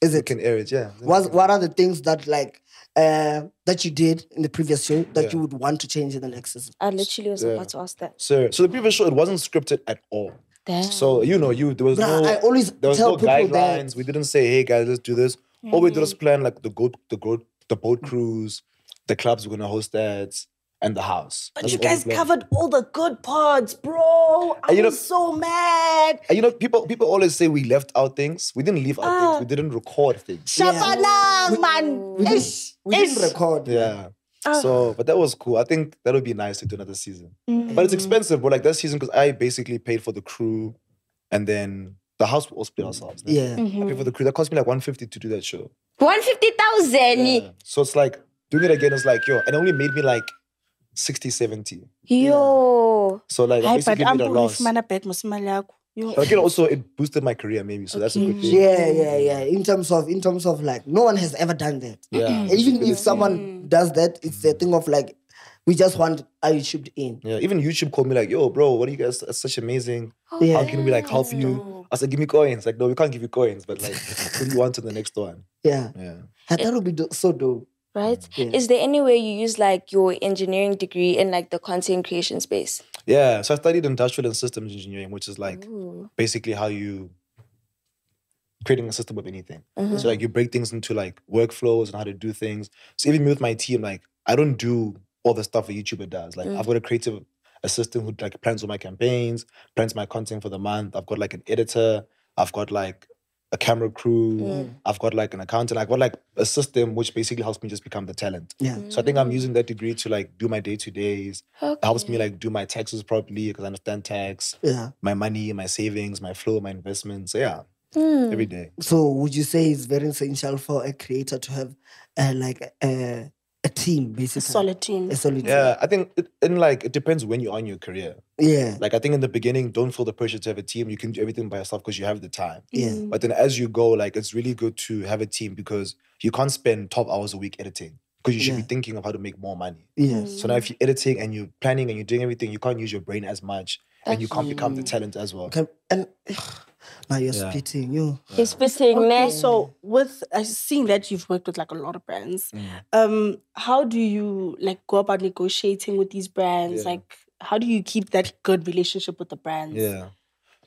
Speaker 6: is
Speaker 5: we
Speaker 6: it
Speaker 5: can air it. Yeah.
Speaker 6: What what are the things that like uh, that you did in the previous show that
Speaker 5: Yeah.
Speaker 6: you would want to change in the next season?
Speaker 7: I literally was
Speaker 5: Yeah.
Speaker 7: about to ask that.
Speaker 5: So, so the previous show it wasn't scripted at all.
Speaker 7: Damn.
Speaker 5: So you know, you there was
Speaker 6: Ah. Bruh,
Speaker 5: no
Speaker 6: I always
Speaker 5: there was
Speaker 6: tell
Speaker 5: no
Speaker 6: people
Speaker 5: guidelines.
Speaker 6: that- Mm-hmm.
Speaker 5: We didn't say, hey guys, let's do this. All we did was plan like the go the go the boat cruise, the clubs we're gonna host that, and the house.
Speaker 4: But
Speaker 5: That's
Speaker 4: you
Speaker 5: all we
Speaker 4: guys
Speaker 5: planned.
Speaker 4: covered all the good parts, bro. I
Speaker 5: And you know-
Speaker 4: was so mad.
Speaker 5: And you know, people people always say we left out things. We didn't leave out
Speaker 6: Ah.
Speaker 5: things. We didn't record things.
Speaker 4: Shabanang,
Speaker 6: We
Speaker 4: man.
Speaker 6: didn't,
Speaker 4: Ish,
Speaker 6: we
Speaker 4: ish.
Speaker 6: didn't record.
Speaker 5: Yeah. So, but that was cool. I think that would be nice to do another season. But it's expensive. But like that season, because I basically paid for the crew, and then the house we all split ourselves.
Speaker 6: Yeah.
Speaker 5: I
Speaker 7: Mm-hmm.
Speaker 5: paid for the crew. That cost me like one fifty to do that show.
Speaker 7: 150,000.
Speaker 5: Yeah. So it's like doing it again is like, yo, and it only made me like 60, 70.
Speaker 7: Yo.
Speaker 5: So like I
Speaker 4: Hi, but
Speaker 5: basically made a
Speaker 4: I'm
Speaker 5: loss. Oh,
Speaker 4: ufumana back mosimali yakho. You-
Speaker 5: But again, also it boosted my career maybe. So that's a good thing.
Speaker 6: Yeah, yeah, yeah. In terms of, in terms of like, no one has ever done that.
Speaker 5: Yeah. Mm.
Speaker 6: Even if someone does that, it's a thing of like, We just want our YouTube in.
Speaker 5: Yeah, even YouTube called me like, "Yo, bro, what are you guys? That's such amazing.
Speaker 6: Yeah.
Speaker 5: How can we like help you?" I said, "Give me coins." Like, no, we can't give you coins, but like, what do you want in the next one?
Speaker 6: Yeah.
Speaker 5: Yeah.
Speaker 6: I thought it would be do- so dope.
Speaker 7: right?
Speaker 6: Yeah.
Speaker 7: Is there any way you use like your engineering degree in like the content creation space?
Speaker 5: Yeah, so I studied industrial and systems engineering, which is like basically how you creating a system of anything.
Speaker 7: Mm-hmm.
Speaker 5: So like you break things into like workflows and how to do things. So even me with my team, like I don't do all the stuff a YouTuber does. Like I've got a creative assistant who like plans all my campaigns, plans my content for the month. I've got like an editor. I've got like a camera crew. I've got like an accountant. I've got like a system which basically helps me just become the talent.
Speaker 6: Yeah.
Speaker 5: So I think I'm using that degree to like do my day to days. It helps me like do my taxes properly because I understand tax,
Speaker 6: Yeah.
Speaker 5: my money, my savings, my flow, my investments. So yeah,
Speaker 7: Hmm. Mm.
Speaker 5: every day.
Speaker 6: So would you say it's very essential for a creator to have uh, like a, a team, basically?
Speaker 4: Solid team.
Speaker 6: A solid
Speaker 5: Yeah, I think it, and like it depends when you're on your career.
Speaker 6: team. Yeah.
Speaker 5: Like I think in the beginning, don't feel the pressure to have a team. You can do everything by yourself because you have the time.
Speaker 6: Yeah.
Speaker 4: Mm.
Speaker 5: But then as you go, like it's really good to have a team because you can't spend 12 hours a week editing because you should
Speaker 6: Yeah.
Speaker 5: be thinking of how to make more money.
Speaker 6: Yes.
Speaker 5: So now if you're editing and you're planning and you're doing everything, you can't use your brain as much and you can't become the talent as well.
Speaker 6: Can- and [sighs] now you're
Speaker 5: Yeah.
Speaker 6: spitting. You.
Speaker 7: You're spitting
Speaker 4: Okay,
Speaker 7: mess.
Speaker 4: so with uh, seeing that you've worked with like a lot of brands,
Speaker 5: Mm.
Speaker 4: um, how do you like go about negotiating with these brands?
Speaker 5: Yeah.
Speaker 4: Like, how do you keep that good relationship with the brands?
Speaker 5: Yeah.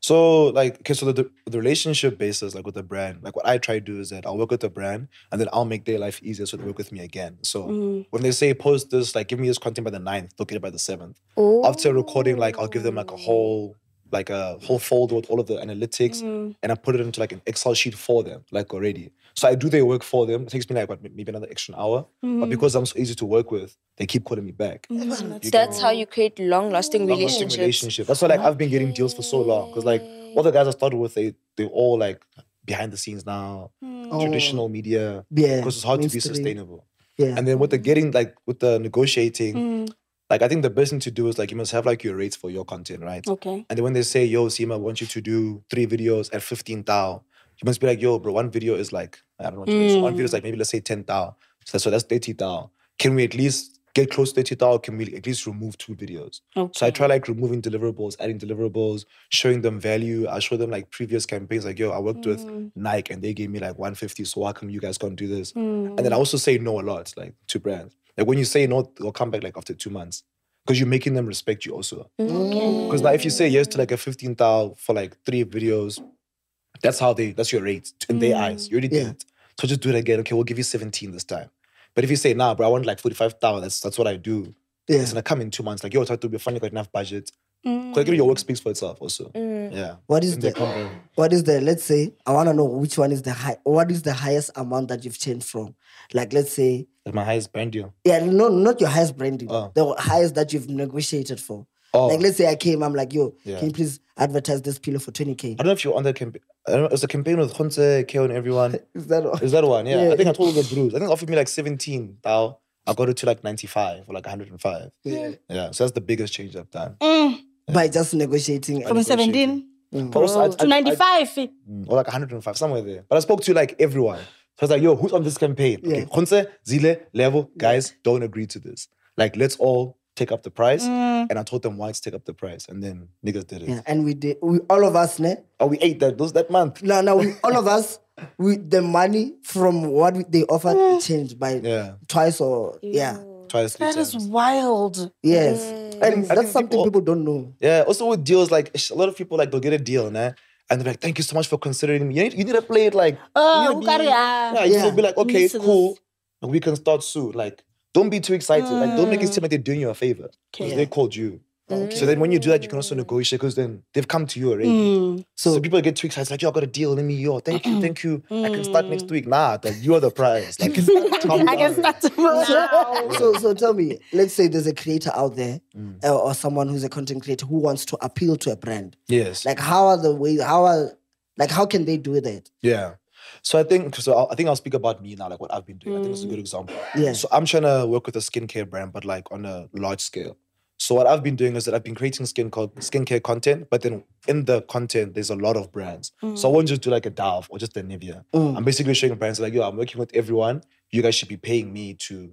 Speaker 5: So like okay, so the, the relationship basis, like with the brand, like what I try to do is that I'll work with the brand and then I'll make their life easier so they work with me again. So
Speaker 4: Mm.
Speaker 5: when they say post this, like give me this content by the 9th, they'll get it by the seventh. After recording, like I'll give them
Speaker 7: Oh.
Speaker 5: like a whole like a whole folder with all of the analytics
Speaker 4: Mm-hmm. Mm.
Speaker 5: and I put it into like an Excel sheet for them, like already. So I do their work for them. It takes me like what maybe another extra hour. But because I'm so easy to work with, they keep calling me back.
Speaker 4: Mm,
Speaker 5: You get-
Speaker 7: That's how you create long-lasting
Speaker 5: long-lasting
Speaker 7: relationships.
Speaker 5: relationship. That's why like I've been getting deals for so long because like all the guys I started with, they they all like behind the scenes now,
Speaker 4: Mm.
Speaker 5: traditional media.
Speaker 6: Oh. Yeah.
Speaker 5: Because it's hard to be
Speaker 6: Oh. mainstream.
Speaker 5: sustainable.
Speaker 6: Yeah.
Speaker 5: And then with the getting like with the negotiating,
Speaker 4: Mm.
Speaker 5: like I think the best thing to do is like you must have like your rates for your content, right?
Speaker 4: Okay.
Speaker 5: And then when they say, yo, Sima, we want you to do three videos at 15 thou, you must be like, yo, bro, one video is like, I don't know, what it is. one video is like maybe let's say 10 thou. So, that's- so that's 30 thou. Can we at least get close to 30 thou? Can we at least remove two videos? So
Speaker 4: Mm-hmm.
Speaker 5: I try like removing deliverables, adding deliverables, showing them value. I show them like previous campaigns, like, yo, I worked
Speaker 4: Mm-hmm.
Speaker 5: with Nike and they gave me like 150. So how come you guys can't do
Speaker 4: Mm,
Speaker 5: this? And then I also say no a lot, like to brands. Like when you say no, they'll come back like after two months. Because you're making them respect you also.
Speaker 7: Mm.
Speaker 5: Because now, if you say yes to like a fifteen thou for like three videos, that's how they that's your rate in their eyes. You already
Speaker 6: Yeah.
Speaker 5: did it, so just do it again. Okay, we'll give you seventeen this time. But if you say nah, bro, I want like forty five thou. That's that's what I do.
Speaker 6: Yeah.
Speaker 5: It's gonna come in two months. Like yo, it's hard to be funny. Got enough budget. Because like, you know, your work speaks for itself. Also, yeah.
Speaker 6: What is
Speaker 5: Then they
Speaker 6: the-
Speaker 5: come back.
Speaker 6: What is the let's say I wanna know which one is the high what is the highest amount that you've changed from? Like let's say
Speaker 5: That's my highest brand deal.
Speaker 6: yeah, no, not your highest branding,
Speaker 5: Oh.
Speaker 6: the highest that you've negotiated for.
Speaker 5: Oh,
Speaker 6: Like let's say I came, I'm like, yo,
Speaker 5: Yeah.
Speaker 6: can you please advertise this pillow for
Speaker 5: I
Speaker 6: 20k?
Speaker 5: don't know if you're on that campaign. I don't know. It's a campaign with Hunter, Keo, and everyone.
Speaker 6: Is that all?
Speaker 5: Is that one? Yeah.
Speaker 6: Yeah.
Speaker 5: I think I told the bruise. I think they offered me like 17 thou. I got it to like 95 or like 105. Yeah. So that's the biggest change I've done.
Speaker 6: [laughs] By just negotiating
Speaker 4: From
Speaker 6: and-
Speaker 4: 17
Speaker 5: Post, I- I-
Speaker 4: to
Speaker 5: I-
Speaker 4: 95.
Speaker 5: Mm. or like 105, somewhere there. But I spoke to like everyone. So I was like, yo, who's on this campaign?
Speaker 6: Yeah.
Speaker 5: Okay, Khonse, Zile, Level, guys, don't agree to this. Like, let's all take up the price. And I told them why to take up the price. And then niggas did it.
Speaker 6: yeah, and we did we all of us, ne?
Speaker 5: Oh, we ate that those that month.
Speaker 6: No, no, we all of us with the money from what we- they offered changed by
Speaker 5: Yeah.
Speaker 6: twice or yeah.
Speaker 5: Twice. three
Speaker 4: That is
Speaker 5: times.
Speaker 4: wild.
Speaker 6: Yes. And
Speaker 5: I
Speaker 6: that's
Speaker 5: think
Speaker 6: something
Speaker 5: people-
Speaker 6: people don't know.
Speaker 5: Yeah. Also with deals, like sh- a lot of people like they'll get a deal, nah? And they're like, thank you so much for considering me. You need, you need to play it like,
Speaker 4: Oh,
Speaker 5: you need to
Speaker 4: who
Speaker 5: be-
Speaker 4: got it? Ah.
Speaker 5: yeah, you
Speaker 6: Yeah.
Speaker 5: need to be like, okay,
Speaker 4: Listen.
Speaker 5: cool. Like, we can start soon. Like, don't be too excited. Like, don't make it seem like they're doing you a favor. Because they called you.
Speaker 7: Mm.
Speaker 5: So then when you do that, you can also negotiate because then they've come to you already.
Speaker 4: Mm.
Speaker 5: So, people get too excited, like, yo, I got a deal, let me, yo, thank you, thank you. I can start next week. Nah, like, you are the prize.
Speaker 4: [laughs]
Speaker 5: Like, calm
Speaker 4: [laughs] Mm. I
Speaker 5: down.
Speaker 4: can start tomorrow.
Speaker 6: So, so tell me, let's say there's a creator out there
Speaker 5: Mm.
Speaker 6: uh, or someone who's a content creator who wants to appeal to a brand.
Speaker 5: Yes.
Speaker 6: Like, how are the ways, how are, like, how can they do that?
Speaker 5: Yeah. So I think so. I'll- I think I'll speak about me now, like what I've been doing. I think it's a
Speaker 4: Mm.
Speaker 5: good example.
Speaker 6: Yeah.
Speaker 5: So I'm trying to work with a skincare brand, but like on a large scale. So what I've been doing is that I've been creating skin co- skincare content, but then in the content there's a lot of brands.
Speaker 4: Mm.
Speaker 5: So I won't just do like a Dove or just a Nivea.
Speaker 6: mm,
Speaker 5: I'm basically showing brands like, yo, I'm
Speaker 6: Oh.
Speaker 5: working with everyone. You guys should be paying me to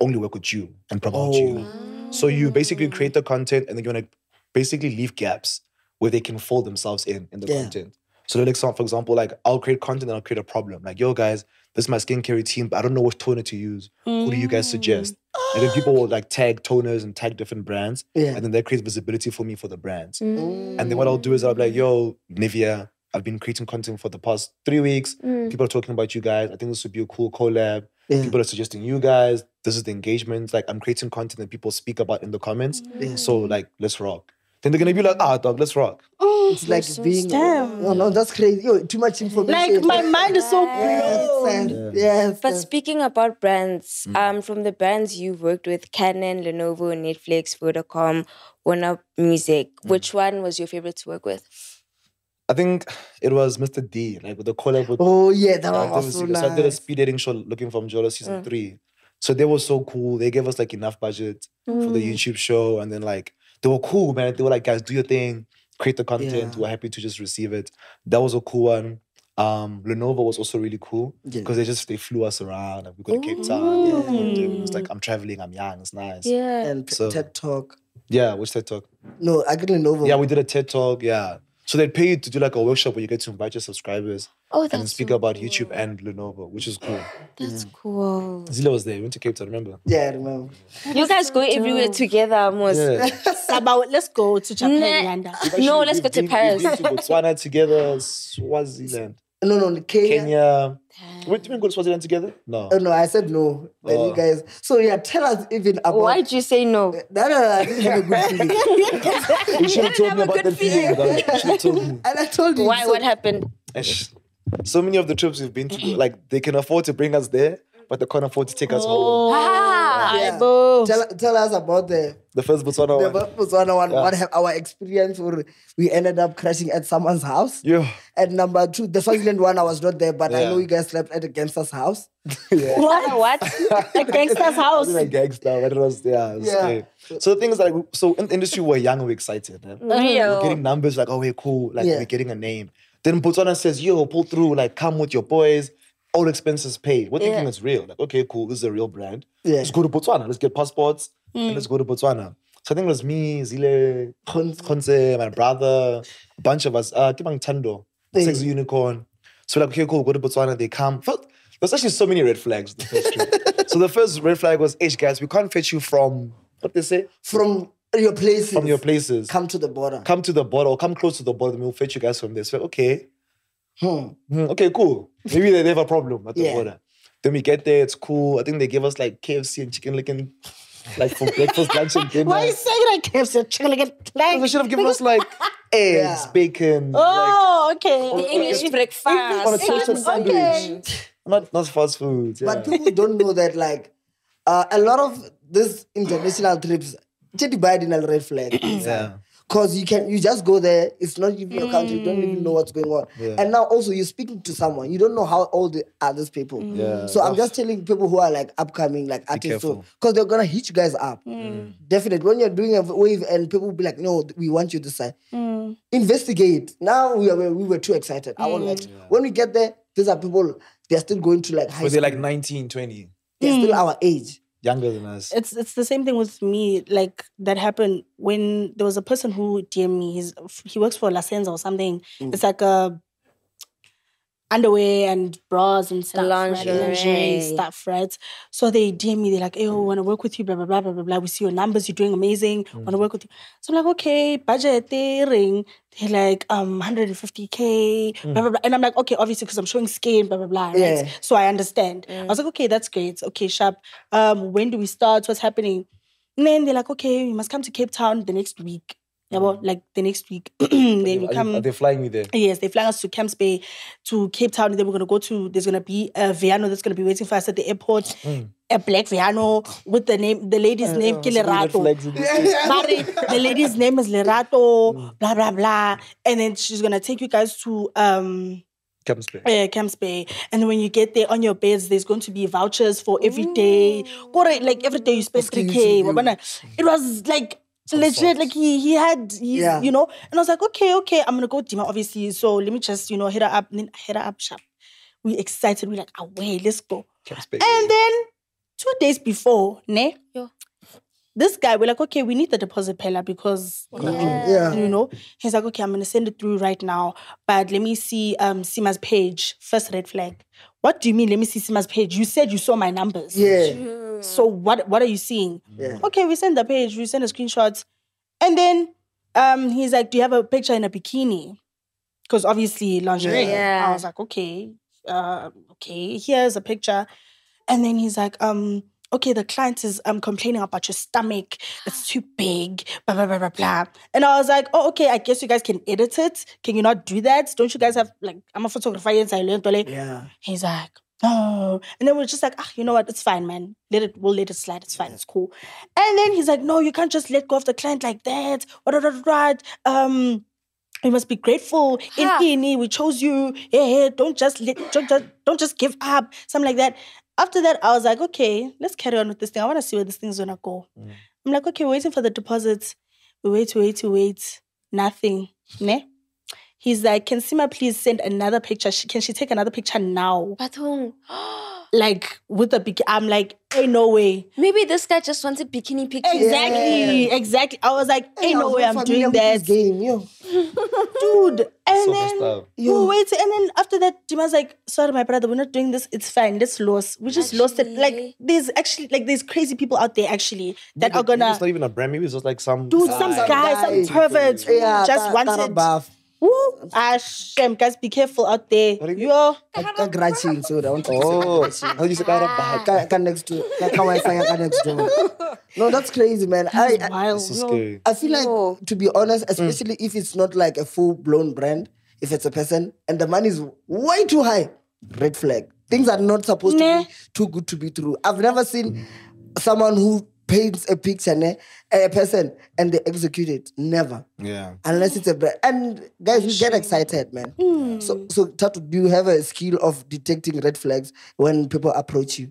Speaker 5: only work with you and promote you. So you basically create the content and then you want to basically leave gaps where they can fold themselves in in the
Speaker 6: Yeah.
Speaker 5: content. So like some, for example, like I'll create content and I'll create a problem. Like, yo guys, this is my skincare routine, but I don't know which toner to use.
Speaker 4: Mm.
Speaker 5: Who do you guys suggest? And then people will like tag toners and tag different brands.
Speaker 6: Yeah.
Speaker 5: And then that creates visibility for me for the brands.
Speaker 7: Mm.
Speaker 6: Mm.
Speaker 5: And then what I'll do is I'll be like, yo, Nivea, I've been creating content for the past three weeks. People are talking about you guys. I think this would be a cool collab.
Speaker 6: Yeah.
Speaker 5: People are suggesting you guys. This is the engagement. Like I'm creating content that people speak about in the comments. So like, let's rock. Then they're gonna be like, ah, dog, let's rock.
Speaker 6: It's like being. No, no, that's crazy. Yo, too much information.
Speaker 4: Like my mind is so
Speaker 6: Yes,
Speaker 4: blown.
Speaker 6: and- yes.
Speaker 7: But
Speaker 6: yes.
Speaker 7: speaking about brands,
Speaker 5: Mm.
Speaker 7: um, from the brands you've worked with, Canon, Lenovo, Netflix, Vodacom, Warner Music,
Speaker 5: Mm.
Speaker 7: which one was your favorite to work with?
Speaker 5: I think it was Mr. D, like with the collab with
Speaker 6: oh Mm. yeah, that
Speaker 5: I
Speaker 6: one
Speaker 5: did a
Speaker 6: was so
Speaker 5: se- so I did a
Speaker 6: nice.
Speaker 5: speed dating show looking for Mjola season three. So they were so cool. They gave us like enough budget for
Speaker 6: Mm.
Speaker 5: the YouTube show. And then like they were cool, man. They were like, guys, do your thing, create the content.
Speaker 6: Yeah.
Speaker 5: We're happy to just receive it. That was a cool one. Um, Lenovo was also really cool
Speaker 6: Yeah.
Speaker 5: because they just they flew us around and we got to Cape Town. Yeah, and it was like I'm traveling, I'm young, it's nice. Yeah,
Speaker 6: And t-
Speaker 5: So-
Speaker 6: TED Talk.
Speaker 5: which TED Talk?
Speaker 6: No, I didn't know.
Speaker 5: Yeah, we did a TED Talk. Yeah. So they pay you to do like a workshop where you get to invite your subscribers
Speaker 7: Oh,
Speaker 5: and
Speaker 7: that's
Speaker 5: speak
Speaker 7: so
Speaker 5: about YouTube and Lenovo, which is cool.
Speaker 7: That's cool.
Speaker 5: Zila was there. We went to Cape Town, remember?
Speaker 6: yeah, I remember.
Speaker 7: [laughs] You guys go everywhere together, almost.
Speaker 5: Yeah.
Speaker 4: About let's go to Japan,
Speaker 7: Nah.
Speaker 4: Yanda.
Speaker 7: [laughs] No, let's go to Paris.
Speaker 5: [laughs] We've been to Botswana together, Swaziland,
Speaker 7: [laughs]
Speaker 6: No, no, Kenya.
Speaker 5: Kenya. Wait, did we go to Swaziland together? No.
Speaker 7: [laughs]
Speaker 6: Oh no, I said no. Then
Speaker 5: Oh.
Speaker 6: you guys. So yeah, tell us even about.
Speaker 7: Why'd you say no?
Speaker 6: No, no, no, uh, I didn't have a good
Speaker 7: [laughs]
Speaker 6: feeling.
Speaker 5: You should have told me about that feeling. dog. You should have
Speaker 7: [laughs]
Speaker 5: told me.
Speaker 6: and I told you.
Speaker 7: Why?
Speaker 6: so-
Speaker 7: What happened?
Speaker 5: And sh- So many of the trips we've been to, like they can afford to bring us there, but they can't afford to take us home.
Speaker 7: [laughs] Ah,
Speaker 6: Yeah.
Speaker 7: aibo.
Speaker 6: Tell, tell us about the
Speaker 5: The first Botswana
Speaker 6: the
Speaker 5: one.
Speaker 6: Botswana one.
Speaker 5: Yeah.
Speaker 6: What have our experience? Where we ended up crashing at someone's house.
Speaker 5: Yeah.
Speaker 6: And number two, the Swaziland one, I was not there, but I
Speaker 5: Yeah.
Speaker 6: know you guys slept at a gangster's house. [laughs]
Speaker 7: What? what?
Speaker 4: A gangster's house.
Speaker 5: Wasn't a gangster, but it was yeah. it was
Speaker 6: Yeah.
Speaker 5: scary. So the thing is like so in the industry we're young, we're excited. eh?
Speaker 7: Mm.
Speaker 5: We're
Speaker 7: Real.
Speaker 5: getting numbers like, oh, we're cool, like
Speaker 6: Yeah.
Speaker 5: we're getting a name. Then Botswana says, yo, pull through, like come with your boys, all expenses paid. We're thinking it's real. Like, okay, cool, this is a real brand.
Speaker 6: Yeah. Mm.
Speaker 5: Let's go to Botswana. Let's get passports and let's go to Botswana. So I think it was me, Zile, Khon- Khonse, my brother, a bunch of us. Uh, Kibang Tando, Sexy Unicorn. So we're like, okay, cool, go to Botswana. They come. First, there's actually so many red flags. The first
Speaker 6: [laughs]
Speaker 5: trip. so the first red flag was, hey, guys, we can't fetch you from, what they say?
Speaker 6: From your places.
Speaker 5: From your places
Speaker 6: [laughs] Come to the border.
Speaker 5: come to the border or come close to the border, then we'll fetch you guys from there. So, okay. Hmm, Okay, cool. Maybe they they have a problem at the
Speaker 6: Yeah.
Speaker 5: border. Then we get there, it's cool. I think they give us like KFC and chicken licking, like for
Speaker 4: [laughs]
Speaker 5: breakfast, lunch, and dinner.
Speaker 4: Why are you saying like [laughs] KFC chicken again?
Speaker 5: they
Speaker 4: Like,
Speaker 5: should have given
Speaker 4: [laughs]
Speaker 5: us like eggs,
Speaker 6: Yeah.
Speaker 5: bacon,
Speaker 4: oh, okay.
Speaker 7: The English
Speaker 5: like on a
Speaker 7: breakfast.
Speaker 5: toasted sandwich.
Speaker 4: okay.
Speaker 5: Not not fast food. Yeah.
Speaker 6: But people don't know that, like, uh, a lot of these international trips, Jedi Biden and red
Speaker 5: [clears throat]
Speaker 6: flag.
Speaker 5: yeah.
Speaker 6: Because you can, you just go there. It's not even your country. You don't
Speaker 4: Mm.
Speaker 6: even know what's going on.
Speaker 5: Yeah.
Speaker 6: And now also you're speaking to someone. You don't know how old they are these people.
Speaker 4: Mm.
Speaker 5: Yeah.
Speaker 6: So I'm just telling people who are like upcoming, like artists,
Speaker 5: careful. Mm.
Speaker 6: because they're gonna hit you guys up.
Speaker 4: Mm.
Speaker 6: Definitely. When you're doing a wave and people will be like, "No, we want you this side."
Speaker 4: Mm.
Speaker 6: Investigate. Now we are, we were too excited. I won't let. When we get there, these are people. They are still going to like high
Speaker 5: But they're
Speaker 6: school.
Speaker 5: like 19, 20,
Speaker 6: They're
Speaker 4: Mm.
Speaker 6: still our age.
Speaker 5: younger than us.
Speaker 4: It's it's the same thing with me. Like that happened when there was a person who DM me. He's he works for La Senza or something.
Speaker 5: Mm.
Speaker 4: It's like a underwear and bras and stuff,
Speaker 7: Lingerie.
Speaker 4: right? lingerie stuff, right? So they DM me. They're like, "Hey, want to work with you? Blah blah blah blah blah blah. We see your numbers. You're doing amazing. Want to work with you?" So I'm like, "Okay, budget, they ring." They're like, "Um, 150k." Blah blah blah. And I'm like, "Okay, obviously because I'm showing skin. Blah blah blah." Right?
Speaker 6: Yeah.
Speaker 4: So I understand. I was like, okay, that's great. Okay, sharp. Um, when do we start? What's happening? And then they're like, okay, you must come to Cape Town the next week. Yeah, well, like the next week. [clears throat] then
Speaker 5: Are
Speaker 4: you
Speaker 5: you-
Speaker 4: come.
Speaker 5: are they flying me there?
Speaker 4: Yes, they flying us to Camps Bay, to Cape Town. And then we're gonna go to. There's gonna be a Viano that's gonna be waiting for us at the airport. A black Viano with the name, the lady's name,
Speaker 5: Red
Speaker 4: Kilerato.
Speaker 5: flags in this place.
Speaker 4: Mari, the lady's name is Lerato. Blah blah blah. And then she's gonna take you guys to um
Speaker 5: Comes back.
Speaker 4: yeah, Camps Bay. And when you get there on your beds, there's going to be vouchers for every day. Kore, like every day you spend
Speaker 6: Of course,
Speaker 4: 3K.
Speaker 6: you do.
Speaker 4: wabona. It was like legit. Like he he had he,
Speaker 6: Yeah.
Speaker 4: you know. And I was like, okay, okay, I'm gonna go Dima, obviously. So let me just, you know, hit her up. Then I hit her up sharp. We excited, we like, away, let's go.
Speaker 5: Comes back.
Speaker 4: And then two days before, ne? this guy, we're like, okay, we need the deposit pillar because
Speaker 6: Yeah.
Speaker 4: you know, he's like, okay, I'm gonna send it through right now, but let me see um Sima's page. First red flag. What do you mean? Let me see Sima's page. You said you saw my numbers.
Speaker 6: Yeah.
Speaker 4: So what what are you seeing?
Speaker 6: Yeah.
Speaker 4: Okay, we send the page, we send the screenshots. And then um he's like, Do you have a picture in a bikini? Because obviously lingerie.
Speaker 7: Yeah.
Speaker 4: I was like, okay, uh, okay, here's a picture. And then he's like, um, okay, the client is um complaining about your stomach, it's too big, blah blah blah blah blah. And I was like, oh, okay, I guess you guys can edit it. Can you not do that? Don't you guys have like I'm a photographer and I learned like,
Speaker 6: Yeah.
Speaker 4: He's like, no. Oh, And then we're just like, ah, you know what? It's fine, man. Let it, we'll let it slide. It's fine. It's cool. And then he's like, no, you can't just let go of the client like that. What, what, what, what? Um, you must be grateful. In
Speaker 7: Ha.
Speaker 4: Ini, we chose you. Yeah, yeah. Don't just let, don't just, don't just give up. Something like that. After that, I was like, okay, let's carry on with this thing. I want to see where this thing's gonna go. I'm like, okay, waiting for the deposits. We wait, wait, wait. Nothing. Ne? He's like, can Sima please send another picture? She, can she take another picture now?
Speaker 7: Bathong.
Speaker 4: Like with the big, I'm like, ain't no way.
Speaker 7: Maybe this guy just wanted bikini pictures.
Speaker 4: Exactly, exactly. I was like, ain't no way I'm doing
Speaker 6: this
Speaker 4: that,
Speaker 6: game. Yo.
Speaker 4: dude. And
Speaker 5: So messed
Speaker 4: then
Speaker 5: up.
Speaker 4: we wait, and then after that, Dima's like, sorry, my brother, we're not doing this. It's fine. Let's lose. We just lost it. Like
Speaker 7: Actually.
Speaker 4: there's actually like there's crazy people out there actually that are
Speaker 5: Maybe
Speaker 4: gonna.
Speaker 5: It's not even a brand. Maybe it's just like some.
Speaker 4: Dude, some
Speaker 6: Some
Speaker 4: guy, some
Speaker 6: guy.
Speaker 4: pervert, who
Speaker 6: Yeah.
Speaker 4: just
Speaker 6: that- that
Speaker 4: wanted.
Speaker 6: above.
Speaker 4: Woo! Ah, shame, guys, be careful out there.
Speaker 5: do you
Speaker 4: Yo,
Speaker 6: Ka- ka grudging, so that one-
Speaker 5: Oh, [laughs]
Speaker 4: [laughs]
Speaker 5: how you say kind of bad?
Speaker 6: Ka- ka next to- ka- ka Wi-Fi, ka next to. No, that's crazy, man. I, I,
Speaker 4: wild.
Speaker 5: So scary.
Speaker 6: I feel like, to be honest, especially if it's not like a full blown brand, if it's a person and the money is way too high, red flag. Things are not supposed
Speaker 4: Nah.
Speaker 6: to be too good to be true. I've never seen someone who paints a picture, ne, a person, and they execute it. Never.
Speaker 5: Yeah.
Speaker 6: Unless it's a brand. And guys, we get excited, man.
Speaker 4: Hmm.
Speaker 6: So, so Tatu, do you have a skill of detecting red flags when people approach you?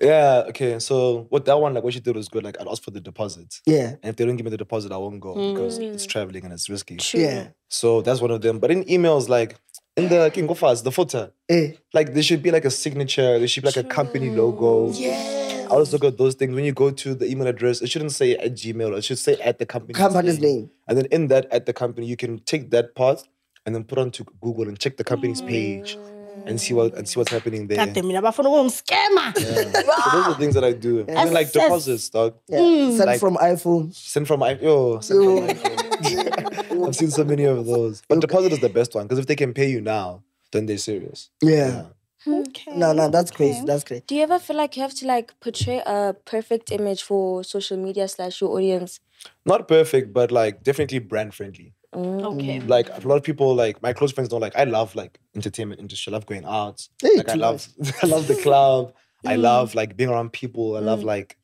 Speaker 5: Yeah. Okay. So what that one, like what she did was good. Like I'd ask for the deposit.
Speaker 6: Yeah.
Speaker 5: And if they don't give me the deposit, I won't go because it's traveling and it's risky.
Speaker 6: Yeah.
Speaker 5: So that's one of them. But in emails, like in the King go fast, the footer,
Speaker 6: Eh.
Speaker 5: like there should be like a signature, there should be like a company logo. Yeah. I always look at those things. When you go to the email address, it shouldn't say at Gmail, it should say at the company.
Speaker 6: Company's name.
Speaker 5: And then in that at the company, you can take that part and then put onto Google and check the company's page and see what and see what's happening there.
Speaker 4: God damn it, I'm going scammer.
Speaker 5: So those are the things that I do. And then like
Speaker 4: Assess.
Speaker 5: deposits, dog.
Speaker 4: Hmm.
Speaker 6: Yeah. Sent
Speaker 5: Like-
Speaker 6: from iPhone.
Speaker 5: Send from I yo, send from iPhone. I've seen so many of those. But deposit is the best one because if they can pay you now, then they're serious.
Speaker 6: Yeah.
Speaker 4: Okay.
Speaker 6: No, no, that's crazy. That's crazy.
Speaker 7: Do you ever feel like you have to like portray a perfect image for social media slash your audience?
Speaker 5: Not perfect, but like definitely brand friendly.
Speaker 7: Mm.
Speaker 4: Okay.
Speaker 5: Like a lot of people, like my close friends, don't like. I love like entertainment industry. I love going out.
Speaker 6: Hey,
Speaker 5: like I
Speaker 6: too
Speaker 5: love, [laughs] I love the club. I love like being around people. I love like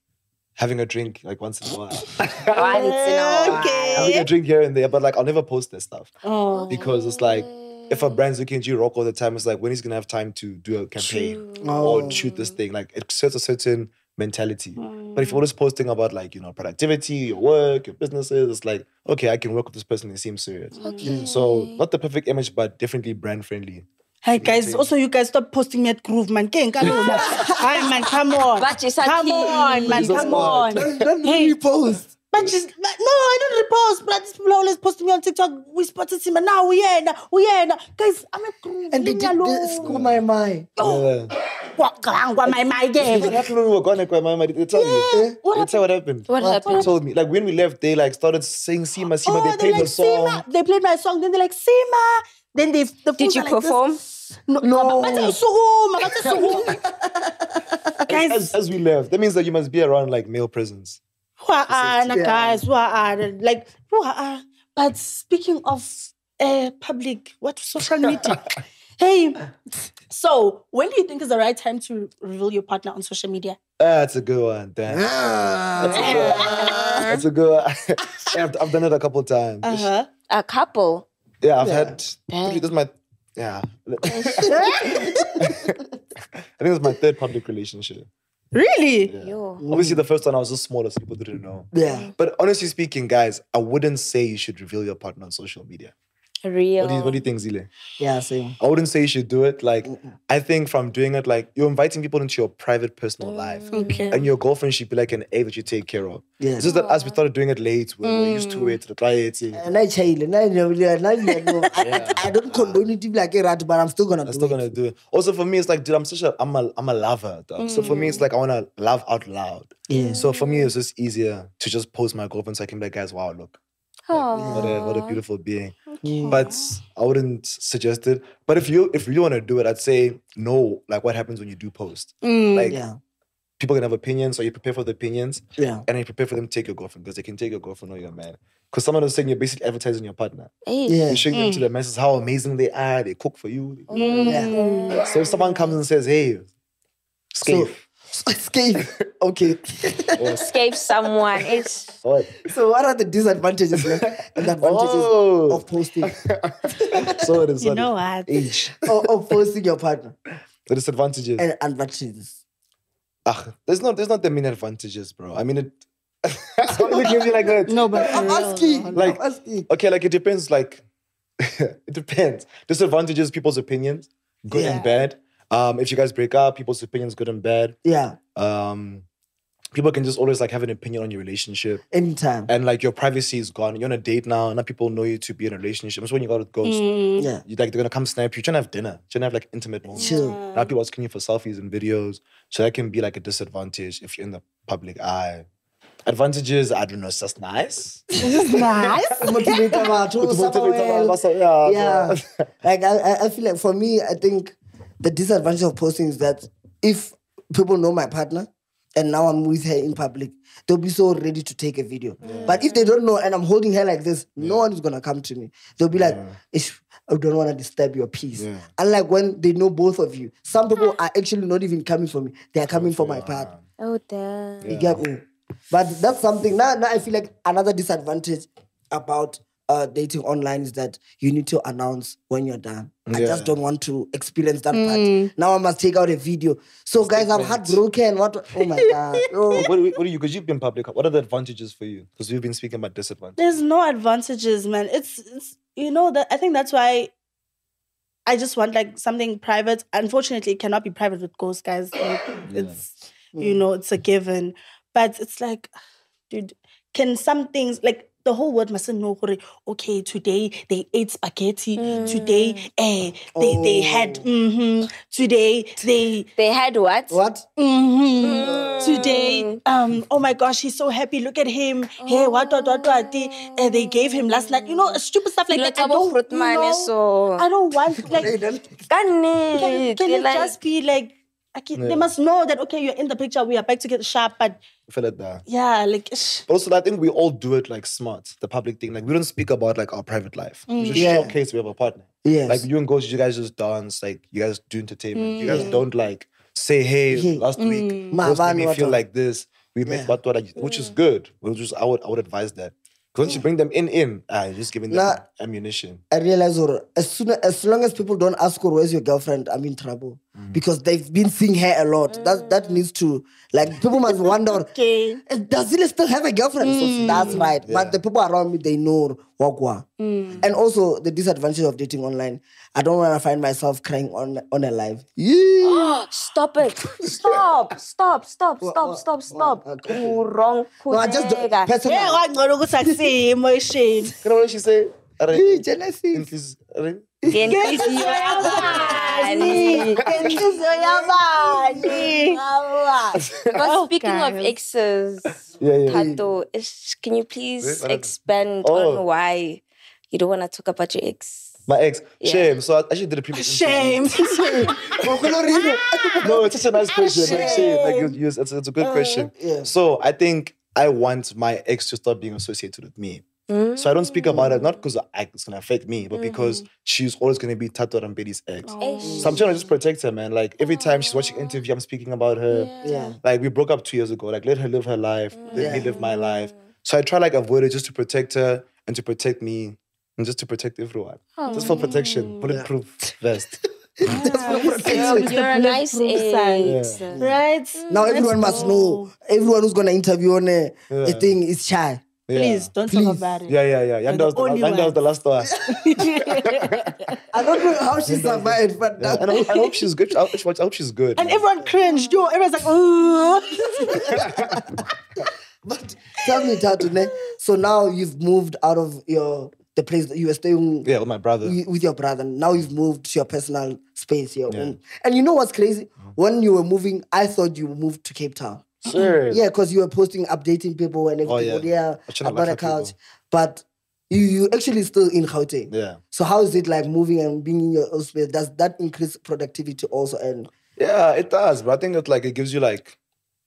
Speaker 5: having a drink like once in a while. having a drink here and there, but like I'll never post this stuff
Speaker 4: Oh.
Speaker 5: because it's like if a brand's looking at you rock all the time, it's like when he's gonna have time to do a campaign or shoot this thing. Like it sets a certain mentality. But if you're always posting about like you know productivity, your work, your businesses, it's like okay, I can work with this person. They seem serious. So not the perfect image, but definitely brand friendly.
Speaker 4: Hey guys, also you guys stop posting me at Groove, man. Gang, come on. man. Hi, man, come on.
Speaker 7: But it's a
Speaker 4: come
Speaker 7: key.
Speaker 4: on, man,
Speaker 5: It's a
Speaker 4: come
Speaker 5: smart.
Speaker 4: on.
Speaker 6: Don't
Speaker 4: Hey.
Speaker 6: repost.
Speaker 4: But she's like, no, I don't repost. But these people are always posting me on TikTok. We spotted him and now we here now. We here now. Guys, I'm at Groove.
Speaker 6: And they
Speaker 4: Leave me
Speaker 6: did this.
Speaker 4: alone.
Speaker 6: School my mind.
Speaker 5: Yeah.
Speaker 4: Kwa- kwa- kwa- my- my
Speaker 5: What
Speaker 4: game.
Speaker 5: happened when we were gone? Like, my mama, did they tell you? "Eh,
Speaker 4: Yeah, what
Speaker 5: They tell what happened.
Speaker 7: What happened?
Speaker 5: They told me. Like when we left, they like started saying Sima Sima.
Speaker 4: Oh,
Speaker 5: they
Speaker 4: they
Speaker 5: played
Speaker 4: like
Speaker 5: the song.
Speaker 4: Sima. They played my song. Then they're like Sima. Then they the
Speaker 7: Did
Speaker 4: fools
Speaker 7: you
Speaker 4: are like this.
Speaker 7: perform?
Speaker 4: No, no. guys,
Speaker 5: As, as we left, that means that you must be around like male presence.
Speaker 4: who are Anna, guys, who are Anna, like who are Anna? But speaking of uh, public, what social media? hey, so when do you think is the right time to reveal your partner on social media?
Speaker 5: That's a good one. Damn. That's a good
Speaker 4: [laughs]
Speaker 5: one. [laughs] yeah, I've, I've done it a couple times.
Speaker 4: Uh-huh.
Speaker 7: A couple.
Speaker 5: Yeah, I've had. Three, this is my.
Speaker 4: [laughs]
Speaker 5: Yeah. I think it's my third public relationship.
Speaker 4: Really?
Speaker 7: Yo.
Speaker 5: Obviously, the first one I was just smaller, so people didn't know.
Speaker 6: Yeah.
Speaker 5: But honestly speaking, guys, I wouldn't say you should reveal your partner on social media.
Speaker 7: Real.
Speaker 5: What do you, what do you think, Zile?
Speaker 6: Yeah, same.
Speaker 5: I wouldn't say you should do it. Like, I think from doing it, like you're inviting people into your private personal life.
Speaker 4: Mm. Okay.
Speaker 5: And your girlfriend should be like an A that you take care of.
Speaker 6: Yeah.
Speaker 5: It's just that as we started doing it late, we we're used to it, the diet.
Speaker 6: And I child, and I know, and I
Speaker 5: [laughs]
Speaker 6: know. I, I don't condone it to be like a rat, but I'm still gonna
Speaker 5: I'm
Speaker 6: do
Speaker 5: still
Speaker 6: it.
Speaker 5: gonna do it. Also, for me, it's like, dude, I'm such a, I'm a, I'm a lover, dog. So for me, it's like I wanna love out loud.
Speaker 6: Yeah.
Speaker 5: So for me, it's just easier to just post my girlfriend so I can be like, guys, wow, look, what a, what a beautiful being. But I wouldn't suggest it. But if you if you want to do it, I'd say no. Like what happens when you do post? like
Speaker 6: Yeah,
Speaker 5: people can have opinions, so you prepare for the opinions,
Speaker 6: yeah.
Speaker 5: and then you prepare for them to take your girlfriend because they can take your girlfriend or your man. Because someone was saying you're basically advertising your partner.
Speaker 6: Yeah.
Speaker 4: Mm,
Speaker 5: You're showing them to the masses how amazing they are. They cook for you.
Speaker 4: Hmm.
Speaker 5: So if someone comes and says, "Hey,
Speaker 6: So,
Speaker 5: scale,"
Speaker 6: [laughs] escape. Okay.
Speaker 7: Escape [laughs] someone. It's
Speaker 5: what?
Speaker 6: so, what are the disadvantages man, and advantages
Speaker 5: Oh.
Speaker 6: of posting
Speaker 5: So it is.
Speaker 4: You know what?
Speaker 5: Age.
Speaker 6: of, of posting your partner
Speaker 5: The disadvantages.
Speaker 6: and advantages?
Speaker 5: Ah, there's not there's not that many advantages, bro. I mean it. [laughs] Why do you give me like that?
Speaker 4: No,
Speaker 6: [laughs]
Speaker 4: but for
Speaker 6: I'm
Speaker 4: real,
Speaker 6: asking.
Speaker 5: Like-
Speaker 6: I'm asking.
Speaker 5: Okay, like it depends. Like [laughs] it depends. Disadvantages, people's opinions, good and bad. Um, if you guys break up, people's opinions, good and bad.
Speaker 6: Yeah.
Speaker 5: Um, people can just always like have an opinion on your relationship,
Speaker 6: Anytime.
Speaker 5: and like your privacy is gone. You're on a date now, now people know you to be in a relationship. That's when you got
Speaker 6: Mm.
Speaker 5: with ghosts.
Speaker 6: Yeah.
Speaker 5: You like they're gonna come snap you, trying to have dinner, trying to have like intimate moments.
Speaker 6: Chill.
Speaker 5: Now people asking you for selfies and videos. So that can be like a disadvantage if you're in the public eye. Advantages, I don't know, it's just nice.
Speaker 4: nice.
Speaker 6: Motivate about oh,
Speaker 5: Motivate
Speaker 6: Samuel.
Speaker 5: us, yeah.
Speaker 6: yeah.
Speaker 5: so-
Speaker 6: [laughs] like I, I- I feel like for me, I think the disadvantage of posting is that if people know my partner and now I'm with her in public, they'll be so ready to take a video. But if they don't know and I'm holding her like this, no one is gonna come to me. They'll be like, "Ish, I don't wanna disturb your peace. Unlike when they know both of you. Some people are actually not even coming for me, they are coming for my partner.
Speaker 7: oh damn.
Speaker 6: You get me? But that's something. Now, now I feel like another disadvantage about uh, dating online is that you need to announce when you're done. I just don't want to experience that part. Now I must take out a video. So, guys, I'm heartbroken. What? Oh my god. Oh.
Speaker 5: [laughs] what, do you- what do you, because you've been public, what are the advantages for you? Because we've been speaking about disadvantages.
Speaker 4: There's no advantages, man. It's it's you know that I think that's why I just want like something private. Unfortunately, it cannot be private with ghost guys. Like, It's you know, it's a given. But it's like, [sighs] dude, can some things like the whole world mustn't know gore, okay, today they ate spaghetti, today eh, they they had mm-hmm, today they
Speaker 7: They had what?
Speaker 6: What?
Speaker 4: Mhm. Today, um, oh my gosh, he's so happy. Look at him. Hey, what, what, what, what? They, uh, they gave him last night. You know, stupid stuff like
Speaker 7: You
Speaker 4: that.
Speaker 7: know,
Speaker 4: I don't,
Speaker 7: fruit man
Speaker 4: know.
Speaker 7: is so-
Speaker 4: I don't want like. can
Speaker 7: Can,
Speaker 4: can it just be like? I can, They must know that okay, you're in the picture. We are back to get sharp, but
Speaker 5: I feel like that.
Speaker 4: yeah, like shh,
Speaker 5: But also, I think we all do it like smart, the public thing. Like, we don't speak about like our private life. We just
Speaker 6: Yeah.
Speaker 5: showcase we have a partner.
Speaker 6: Yes.
Speaker 5: Like, you and Ghost, you guys just dance. Like, you guys do entertainment. You guys don't like say, hey,
Speaker 6: Yeah.
Speaker 5: last week,
Speaker 6: Ma,
Speaker 5: Ghost made
Speaker 6: van,
Speaker 5: me
Speaker 6: what
Speaker 5: feel
Speaker 6: on?
Speaker 5: like this. We met,
Speaker 6: Yeah.
Speaker 5: what, what, like, which is good. Which is, I would, I would advise that. 'Cause Once you bring them in, in, ah, you're just giving them
Speaker 6: Nah.
Speaker 5: ammunition.
Speaker 6: I realize, or as soon as long as people don't ask, or where's your girlfriend, I'm in trouble because they've been seeing her a lot. That that needs to like people must wonder.
Speaker 4: okay.
Speaker 6: "Eh, Does he still have a girlfriend?
Speaker 4: Hmm.
Speaker 6: So that's right. But the people around me, they know wagwa.
Speaker 4: Hmm.
Speaker 6: And also the disadvantage of dating online. I don't want to find myself crying on on a live.
Speaker 7: [gasps] Stop it. Stop. Stop. Stop. Stop. Stop. Stop. Ku wrong.
Speaker 6: No, I just don't.
Speaker 7: Kudeka.
Speaker 6: Personal.
Speaker 4: Yeah, I know, look, I see emotion.
Speaker 5: You know what she said?
Speaker 6: Eh, jealousy.
Speaker 7: Gen- Gen-
Speaker 4: Yabani. Yabani.
Speaker 7: But speaking of
Speaker 4: guys.
Speaker 7: exes,
Speaker 5: Yeah, yeah.
Speaker 7: Tato, is- can you please
Speaker 5: Wait, what happened?
Speaker 7: expand
Speaker 5: Oh.
Speaker 7: on why you don't want to talk about your ex?
Speaker 5: My ex.
Speaker 7: Yeah.
Speaker 5: Shame. So I actually did a previous
Speaker 4: Shame.
Speaker 5: interview. No, it's such a nice question. Like, shame. Like, you, you, it's, it's a good question.
Speaker 6: yeah.
Speaker 5: So I think I want my ex to stop being associated with me. So I don't speak about it, not because it's going to affect me, but because she's always going to be Tato Rambedi's ex.
Speaker 7: Oh. Eh,
Speaker 5: So I'm trying to just protect her, man. Like, every time she's watching interview, I'm speaking about her.
Speaker 6: Yeah.
Speaker 5: Like we broke up two years ago. Like let her live her life. Let me
Speaker 6: Yeah.
Speaker 5: live my life. So I try like avoid it just to protect her and to protect me and just to protect everyone. Just for protection, bulletproof vest.
Speaker 7: Girl, You're a nice ex.
Speaker 4: right?
Speaker 6: Now everyone must know. Everyone who's gonna interview on a, a thing is shy.
Speaker 4: Please don't talk
Speaker 6: Please.
Speaker 4: about it.
Speaker 5: Yeah, yeah, yeah. yeah.
Speaker 4: We're
Speaker 5: That was
Speaker 4: the
Speaker 5: the,
Speaker 4: only
Speaker 5: and that was the last one.
Speaker 6: I don't know how she survived, but uh, that,
Speaker 5: And I, hope- I hope she's good. I hope, I hope she's good.
Speaker 4: and everyone cringed. Yo, everyone's like, oh.
Speaker 6: but tell me, Tatu, ne? So now you've moved out of your the place that you were staying
Speaker 5: yeah, with my brother.
Speaker 6: wi- with your brother. Now you've moved to your personal space, your own. And you know what's crazy?
Speaker 5: Uh-huh.
Speaker 6: When you were moving, I thought you moved to Cape Town.
Speaker 5: Serious.
Speaker 6: Yeah, because you were posting, updating people and everything.
Speaker 5: yeah.
Speaker 6: Oh, yeah,
Speaker 5: I shouldn't
Speaker 6: about
Speaker 5: laugh
Speaker 6: a
Speaker 5: at people.
Speaker 6: couch. But you you actually still in Gauteng.
Speaker 5: Yeah.
Speaker 6: So how is it like moving and being in your own space? Does that increase productivity also? And
Speaker 5: Yeah, it does. But I think it's like it gives you like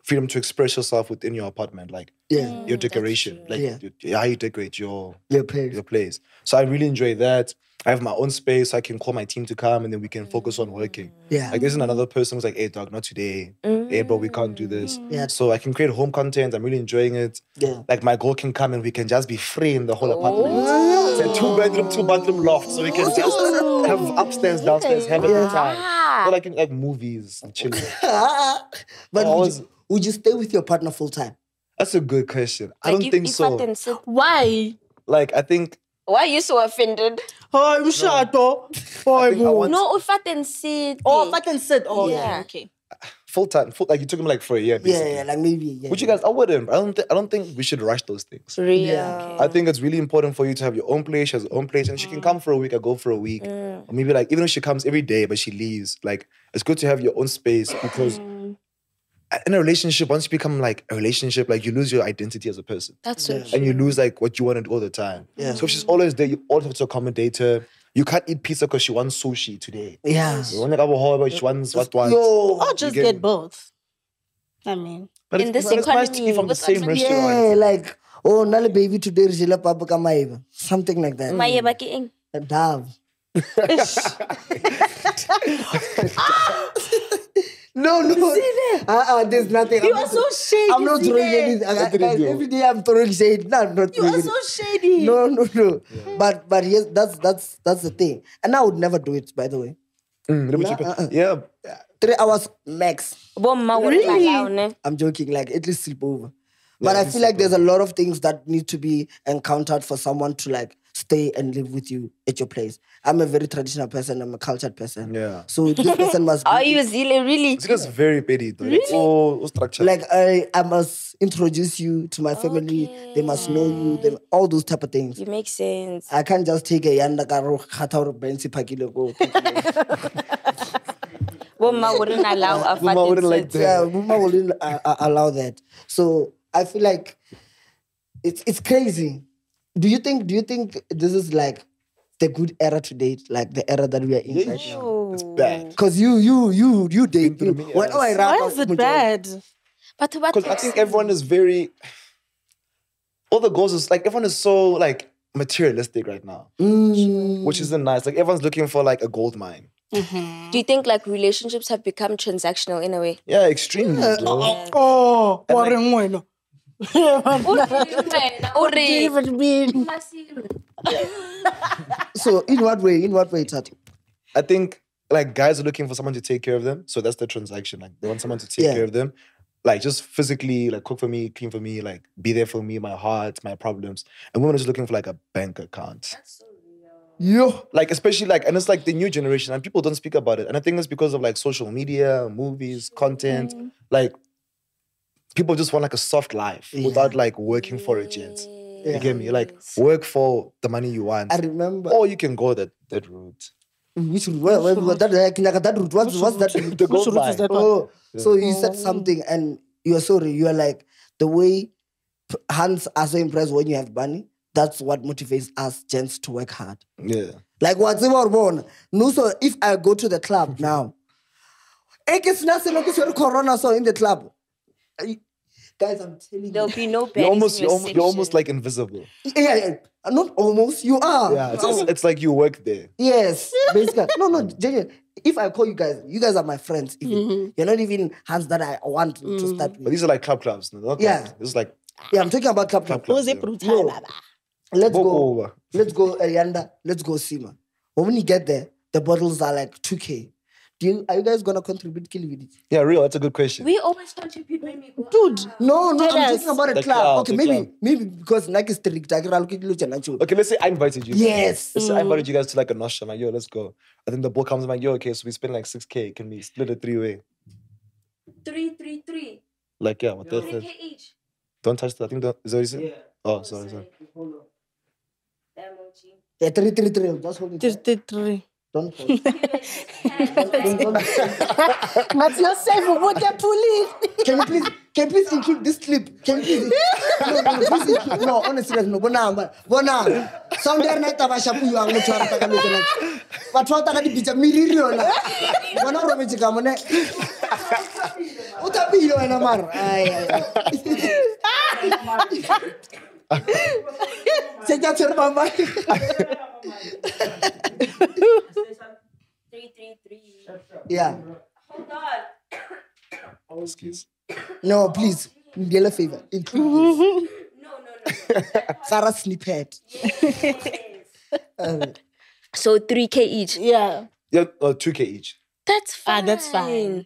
Speaker 5: freedom to express yourself within your apartment, like
Speaker 6: yeah,
Speaker 5: your decoration, like
Speaker 6: Yeah.
Speaker 5: your- how you decorate your
Speaker 6: your parents.
Speaker 5: your place. So I really enjoy that. I have my own space. I can call my team to come, and then we can focus on working.
Speaker 6: Yeah.
Speaker 5: Like isn't another person who's like, "Hey, dog, not today. Hey, bro, we can't do this."
Speaker 6: Yeah.
Speaker 5: So I can create home content. I'm really enjoying it.
Speaker 6: Yeah. [laughs]
Speaker 5: Like my girl can come and we can just be free in the whole apartment. It's a two bedroom, two bathroom loft, so we
Speaker 6: Oh.
Speaker 5: can just have upstairs, downstairs, have a good time. So like in, like movies and chilling.
Speaker 6: but
Speaker 5: Oh, I
Speaker 6: would,
Speaker 5: was-
Speaker 6: you, would you stay with your partner full time?
Speaker 5: That's a good question. I don't
Speaker 7: if,
Speaker 5: think
Speaker 7: if
Speaker 5: so.
Speaker 7: I can sit-
Speaker 4: Why?
Speaker 5: Like I think
Speaker 7: Why are you so offended?
Speaker 4: Oh, I'm shut up. Oh,
Speaker 5: I think I want
Speaker 7: No, if I can sit.
Speaker 4: oh, fucking sit. Oh,
Speaker 7: Yeah.
Speaker 4: yeah. Okay.
Speaker 5: full time. Full, like you took him like for a year,
Speaker 6: Yeah,
Speaker 5: basically.
Speaker 6: yeah, like maybe. Yeah.
Speaker 5: Which you guys, I wouldn't. I don't. Th- I don't think we should rush those things.
Speaker 7: real. Mm.
Speaker 5: I think it's really important for you to have your own place. She has her own place, and she can come for a week or go for a week,
Speaker 7: Mm.
Speaker 5: or maybe like even if she comes every day but she leaves, like it's good to have your own space because
Speaker 7: Mm.
Speaker 5: in a relationship, once you become like a relationship, like you lose your identity as a person.
Speaker 7: That's so true.
Speaker 5: and you lose like what you want to do all the time.
Speaker 6: Yeah.
Speaker 5: So if she's always there, you always have to accommodate her. You can't eat pizza because she wants sushi today.
Speaker 6: Yeah.
Speaker 5: You want to have a whole
Speaker 7: Mm.
Speaker 5: bunch, she wants what wants.
Speaker 6: Yo.
Speaker 4: Or just
Speaker 5: get
Speaker 4: get
Speaker 5: me.
Speaker 4: both. I mean,
Speaker 5: but
Speaker 7: in
Speaker 5: it's,
Speaker 7: this
Speaker 5: but it's nice to
Speaker 7: economy,
Speaker 5: eat from the
Speaker 7: what's
Speaker 5: same
Speaker 7: happening?
Speaker 5: restaurant.
Speaker 6: Yeah, like, oh, Nali baby today, Rizila Papa Kamaiva. Something like that.
Speaker 7: My yeba ke eng?
Speaker 4: [laughs]
Speaker 6: Dove. no, no. Uh-uh, there's nothing.
Speaker 4: you
Speaker 6: I'm
Speaker 4: are
Speaker 6: not-
Speaker 4: so shady.
Speaker 6: I'm not throwing
Speaker 4: Zile.
Speaker 6: anything. I- I-
Speaker 5: did you
Speaker 6: guys,
Speaker 5: do?
Speaker 6: Every day I'm throwing shade. No, I'm not
Speaker 4: You are
Speaker 6: throwing
Speaker 4: so
Speaker 6: it.
Speaker 4: shady.
Speaker 6: No, no, no. But but yes, that's that's that's the thing. And I would never do it, by the way.
Speaker 5: Mm, let me check it.
Speaker 6: uh-uh.
Speaker 5: yeah.
Speaker 6: Three hours max.
Speaker 7: Bomma won't
Speaker 4: Really?
Speaker 7: allow, ne?
Speaker 6: I'm joking, like at least sleep over. But I feel like there's a lot of things that need to be encountered for someone to like stay and live with you at your place. I'm a very traditional person, I'm a cultured person.
Speaker 5: Yeah.
Speaker 6: So this person
Speaker 7: [laughs]
Speaker 6: must be
Speaker 7: Are you Zile really?
Speaker 5: It's just very petty. Though. oh, It's all all structured.
Speaker 6: like I, I must introduce you to my family, they must know you, then all those type of things.
Speaker 7: You make [laughs] sense.
Speaker 6: I can't just take a yanda karo khata or bensi pakile
Speaker 7: [laughs]
Speaker 6: go.
Speaker 7: Bomma wouldn't allow a
Speaker 5: Mama wouldn't like
Speaker 7: fat
Speaker 6: Yeah, Muma wouldn't uh, uh, allow that. So I feel like it's it's crazy. Do you think? Do you think this is like the good era to date, like the era that we are in right now?
Speaker 5: it's bad.
Speaker 6: Because you, you, you, you date.
Speaker 5: through
Speaker 6: You,
Speaker 5: many
Speaker 6: when,
Speaker 5: eras.
Speaker 6: oh, I
Speaker 4: Why
Speaker 6: wrap up
Speaker 4: is it
Speaker 6: Mujo.
Speaker 4: bad?
Speaker 7: But what?
Speaker 5: Because I think everyone is very. All the goals is like everyone is so like materialistic right now, which isn't nice. Like everyone's looking for like a gold mine.
Speaker 7: Do you think like relationships have become transactional in a way?
Speaker 5: Yeah, extremely. bro.
Speaker 4: Oh, Warren Wayne.
Speaker 7: What do you even mean?
Speaker 6: So in what way? In what way, Tati?
Speaker 5: I think like guys are looking for someone to take care of them. So that's the transaction. Like they want someone to take
Speaker 6: Yeah.
Speaker 5: care of them. Like just physically, like cook for me, clean for me, like be there for me, my heart, my problems. And women are just looking for like a bank account.
Speaker 6: Yo,
Speaker 5: Like especially like, and it's like the new generation and people don't speak about it. And I think it's because of like social media, movies, content. Like people just want like a soft life without like working for it yet. You get me? Like work for the money you want.
Speaker 6: I remember.
Speaker 5: Or you can go that that route.
Speaker 6: Which where, where, where, that, like, like, that route. What's, what's that? route?
Speaker 5: The gold mine.
Speaker 6: Oh, so you said something, and you're sorry. You're like the way p- hands are so impressed when you have money. That's what motivates us gents to work hard.
Speaker 5: Yeah.
Speaker 6: Like what's about one? No, so if I go to the [laughs] club now, eh, ke sena selo, ke tshwere corona so in the club. I- Guys, I'm telling
Speaker 7: There'll
Speaker 6: you.
Speaker 7: be no bad.
Speaker 5: You're almost, you're almost, you're almost like invisible.
Speaker 6: Yeah, yeah, not almost. You are.
Speaker 5: Yeah, it's, it's, it's like you work there.
Speaker 6: Yes, basically. No, no, genuine. If I call you guys, you guys are my friends. Even. You're not even hands that I want to start
Speaker 5: But
Speaker 6: with.
Speaker 5: these are like club clubs. no, Not yeah.
Speaker 6: Yeah.
Speaker 5: Clubs. This is like
Speaker 6: Yeah, I'm talking about club club.
Speaker 5: club clubs.
Speaker 4: Was it
Speaker 5: yeah.
Speaker 4: brutal,
Speaker 6: No.
Speaker 4: Baba?
Speaker 6: Let's
Speaker 5: Walk
Speaker 6: go. uh,
Speaker 5: over.
Speaker 6: let's go Arianda, let's go Sima. But when you get there, the bottles are like 2K. Do Do you, are you guys gonna contribute Kilividit?
Speaker 5: Yeah, real. That's a good question.
Speaker 7: We always contribute when we go.
Speaker 4: Dude,
Speaker 6: No, no, I'm
Speaker 4: Yes.
Speaker 6: talking about a
Speaker 5: The
Speaker 6: club.
Speaker 5: club,
Speaker 6: Okay,
Speaker 5: the
Speaker 6: maybe,
Speaker 5: club.
Speaker 6: maybe because Nike is strict. I can allocate you to Nacho.
Speaker 5: okay, let's say I invited you.
Speaker 6: Yes.
Speaker 5: Let's
Speaker 4: Mm.
Speaker 5: say I invited you guys to like a nosh. I'm like, yo, let's go. And then the bill comes. I'm like, yo, okay, so we spend like six k. Can we split it three way?
Speaker 7: Three, three, three.
Speaker 5: Like, yeah, what the
Speaker 7: Three
Speaker 5: the-
Speaker 7: K each.
Speaker 5: Don't touch that. I think that is that what you said? Oh, sorry, sorry.
Speaker 7: sorry.
Speaker 6: Yeah, three, three, three. Just hold it.
Speaker 4: Three, three, three.
Speaker 6: Don't hold it. Don't- don't-
Speaker 4: But you're safe with the police.
Speaker 6: Can you please, can you please include this clip? Can you please? No, no, no, please include. No, honestly, no. Bona, bona. ya Someday night, I'm e shampoo you. I'm not trying to make it. But what I'm going to be, mirror you na. Bona, I'm going to come on. Utapi you na mar. Ay, ay. Sejak cerita mama.
Speaker 7: Three, three, three.
Speaker 6: Yeah.
Speaker 7: Hold on.
Speaker 5: Excuse.
Speaker 6: No, please. Yellow favor. Include this.
Speaker 7: [laughs] No, no, no.
Speaker 6: [laughs] Sarah Sleephead.
Speaker 7: So three K each.
Speaker 4: Yeah.
Speaker 5: Yeah, uh, two k each.
Speaker 7: That's fine.
Speaker 4: Ah, that's fine.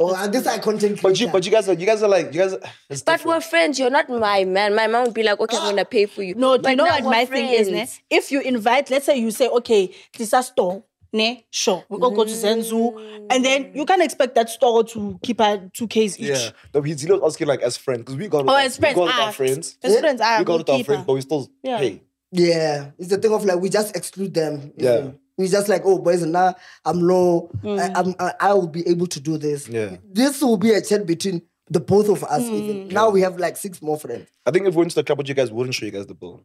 Speaker 6: Oh, and this I content
Speaker 5: But you,
Speaker 6: creator.
Speaker 5: but you guys are, you guys are like, you guys. Are, it's
Speaker 7: But
Speaker 5: different.
Speaker 7: we're friends. You're not my man. My mom would be like, okay, [gasps] I'm gonna pay for you.
Speaker 4: No, do
Speaker 7: but
Speaker 4: you know
Speaker 7: now
Speaker 4: what
Speaker 7: we're
Speaker 4: my thing is, ne?
Speaker 7: friends.
Speaker 4: If you invite, let's say you say, okay, this is a store, ne? Sure, we all go to Zenzu, and
Speaker 7: Mm.
Speaker 4: then you can expect that store to keep her two Ks each.
Speaker 5: Yeah, no, he's he asking like as friends because we got
Speaker 4: Oh,
Speaker 5: with-
Speaker 4: as friends,
Speaker 5: we got with
Speaker 4: ah,
Speaker 5: our friends,
Speaker 4: as friends, ah,
Speaker 5: we got
Speaker 4: we'll
Speaker 5: with our
Speaker 4: keep
Speaker 5: friends,
Speaker 4: her.
Speaker 5: but we still
Speaker 4: Yeah.
Speaker 5: pay.
Speaker 6: Yeah, it's the thing of like we just exclude them. you
Speaker 5: Yeah.
Speaker 6: know. we just like oh boys now I'm low.
Speaker 7: Mm.
Speaker 6: I, I'm I, I will be able to do this.
Speaker 5: Yeah.
Speaker 6: this will be a chat between the both of us.
Speaker 7: Mm.
Speaker 6: Even now we have like six more friends.
Speaker 5: I think if we went to the club with you guys, we wouldn't show you guys the bill.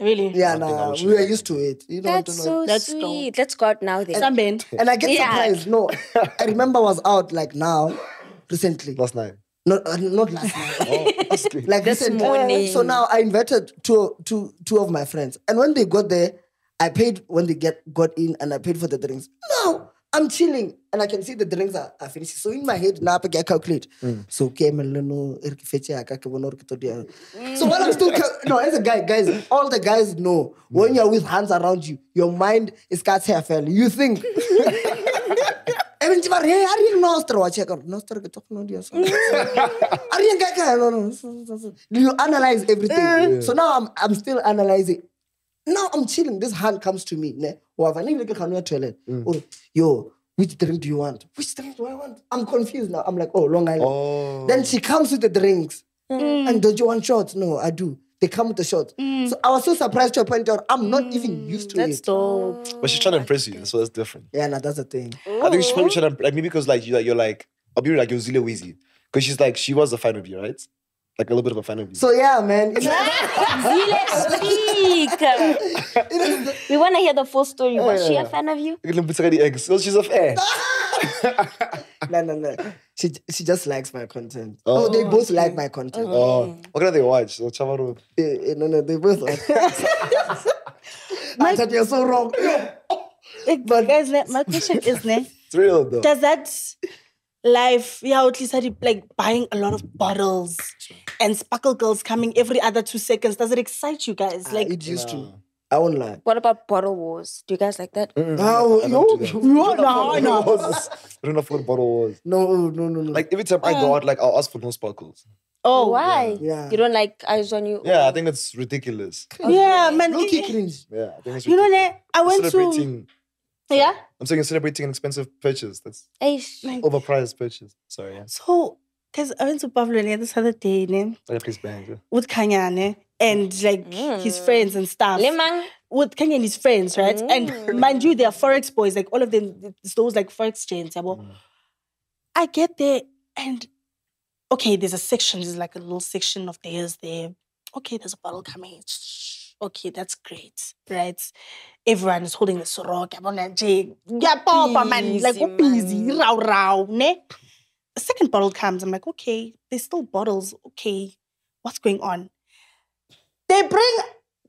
Speaker 4: Really?
Speaker 6: Yeah,
Speaker 5: I think I
Speaker 6: nah,
Speaker 5: would
Speaker 6: we are
Speaker 5: should.
Speaker 6: used to it. You know, I
Speaker 7: That's
Speaker 6: don't know.
Speaker 7: so
Speaker 4: That's
Speaker 7: sweet.
Speaker 4: dope.
Speaker 7: Let's go out now then.
Speaker 4: Sunbend.
Speaker 6: and I get
Speaker 7: Yeah.
Speaker 6: surprised.
Speaker 5: [laughs]
Speaker 6: No, I remember I was out like now, recently.
Speaker 5: Last night,
Speaker 6: Not uh, not last night.
Speaker 5: [laughs] oh, that's good.
Speaker 6: like
Speaker 7: This
Speaker 6: recently.
Speaker 7: morning.
Speaker 6: So now I invited two two two of my friends, and when they got there, I paid when they get got in, and I paid for the drinks. Now I'm chilling, and I can see the drinks are, are finished. So in my head now I can calculate.
Speaker 5: Mm.
Speaker 6: So came and no
Speaker 7: Mm.
Speaker 6: So while I'm still cal- no, as a guy, guys, all the guys know
Speaker 5: Mm.
Speaker 6: when you're with hands around you, your mind is cut hair fell. You
Speaker 7: [laughs]
Speaker 6: think. [laughs] I mean, hey, are you nostro? I check out nostro. Get talking audience. [laughs] Are you guy- guy? No, no. so- so- so. You analyze everything. So now I'm, I'm still analyzing. Now I'm chilling. This hand comes to me. Ne? Or if I need to go to the toilet. Or, yo, which drink do you want? Which drink do I want? I'm confused now. I'm like, oh, Long Island.
Speaker 5: Oh,
Speaker 6: Then she comes with the drinks. And don't you want shots? No, I do. They come with the shots. So I was so surprised to a point out I'm not even used to
Speaker 4: That's
Speaker 6: it.
Speaker 4: dope.
Speaker 7: Oh.
Speaker 5: but she's trying to impress you, so that's different.
Speaker 6: Yeah, nah, that's the thing.
Speaker 5: I think she's probably trying to like maybe because like you like you're like I'll be real, like you're Zile Weezy because she's like she was a fan of you, right? Like a little bit of a fan of you.
Speaker 6: So yeah, man. It's
Speaker 7: Speak.
Speaker 6: it is the-
Speaker 7: we want to hear the full story. Was she a fan of you?
Speaker 5: Little bit of the eggs. So she's a fan.
Speaker 6: no, no, no. She she just likes my content. Oh, they both like my content.
Speaker 7: Uh-huh.
Speaker 5: Oh, what can they watch? So Chavaru.
Speaker 6: Eh, eh, no, no, they both
Speaker 7: [laughs]
Speaker 6: like. I said you're so wrong.
Speaker 4: But guys, ne, my question is,
Speaker 5: [laughs]
Speaker 4: ne,
Speaker 5: It's real though.
Speaker 4: does that life, yeah, at least I did, like buying a lot of bottles and sparkle girls coming every other two seconds, does it excite you guys? Like,
Speaker 6: Like Ah, it used to. I won't lie.
Speaker 7: What about bottle wars? Do you guys like that?
Speaker 6: Oh,
Speaker 5: Mm, I
Speaker 6: no,
Speaker 5: don't do that.
Speaker 4: no, no,
Speaker 5: [laughs]
Speaker 4: no.
Speaker 5: I don't know what bottle was.
Speaker 6: no, no, no, no.
Speaker 5: Like every time I go out, like I'll ask for no sparkles.
Speaker 4: Oh,
Speaker 7: Why?
Speaker 6: Yeah.
Speaker 7: You don't like eyes on you?
Speaker 5: Yeah, I think it's ridiculous.
Speaker 4: yeah, man. eh,
Speaker 6: low key
Speaker 4: it-
Speaker 6: cringe.
Speaker 5: Yeah, I think it's
Speaker 4: you know,
Speaker 5: ridiculous.
Speaker 4: ne, I went to,
Speaker 5: celebrating.
Speaker 4: yeah.
Speaker 5: I'm saying you're celebrating an expensive purchase. That's
Speaker 7: Eish.
Speaker 5: [laughs] overpriced purchase. Sorry, yeah.
Speaker 4: So, guys, I went to Pavlone this other day, ne,
Speaker 5: That place banned. Yeah.
Speaker 4: with Kanyane and like his friends and stuff.
Speaker 7: Lemang.
Speaker 4: with Kanye and his friends, right? And mind you, they're forex boys, like all of them, it's those like forex chains. Yeah, well, I get there and okay, there's a section, there's like a little section of theirs there. Okay, there's a bottle coming. Okay, that's great, right? Everyone is holding the sorok. I'm on that jig. Yeah, papa, man. Like,
Speaker 7: Easy,
Speaker 4: oh, busy, rau, rau, ne? The second bottle comes. I'm like, okay, there's still bottles. Okay, what's going on? They bring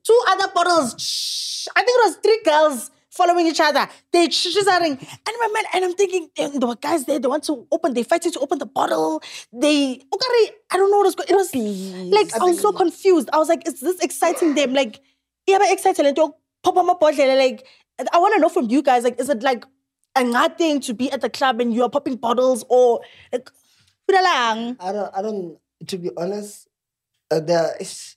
Speaker 4: two other bottles. Shh. I think it was three girls following each other. They chizzering. And my man, and I'm thinking, damn, there were guys there, they want to open, they fighting to open the bottle. They okay, I don't know what was going It was like I, was so confused. I was like, is this exciting them? Like, yeah, but exciting. Like, yo, pop on my bottle. Like, I want to know from you guys, like, is it like a a nga thing to be at the club and you are popping bottles or like, lang.
Speaker 6: I don't. I don't. To be honest, uh, there. Is,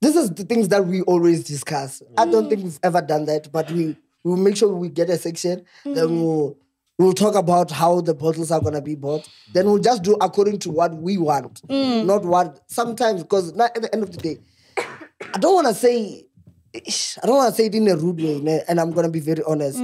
Speaker 6: this is the things that we always discuss. I don't think we've ever done that, but we we'll make sure we get a section. Then we'll we'll talk about how the bottles are gonna be bought. Then we'll just do according to what we want, not what sometimes because not at the end of the day, I don't want to say. I don't want to say it in a rude way, ne- and I'm gonna be very honest.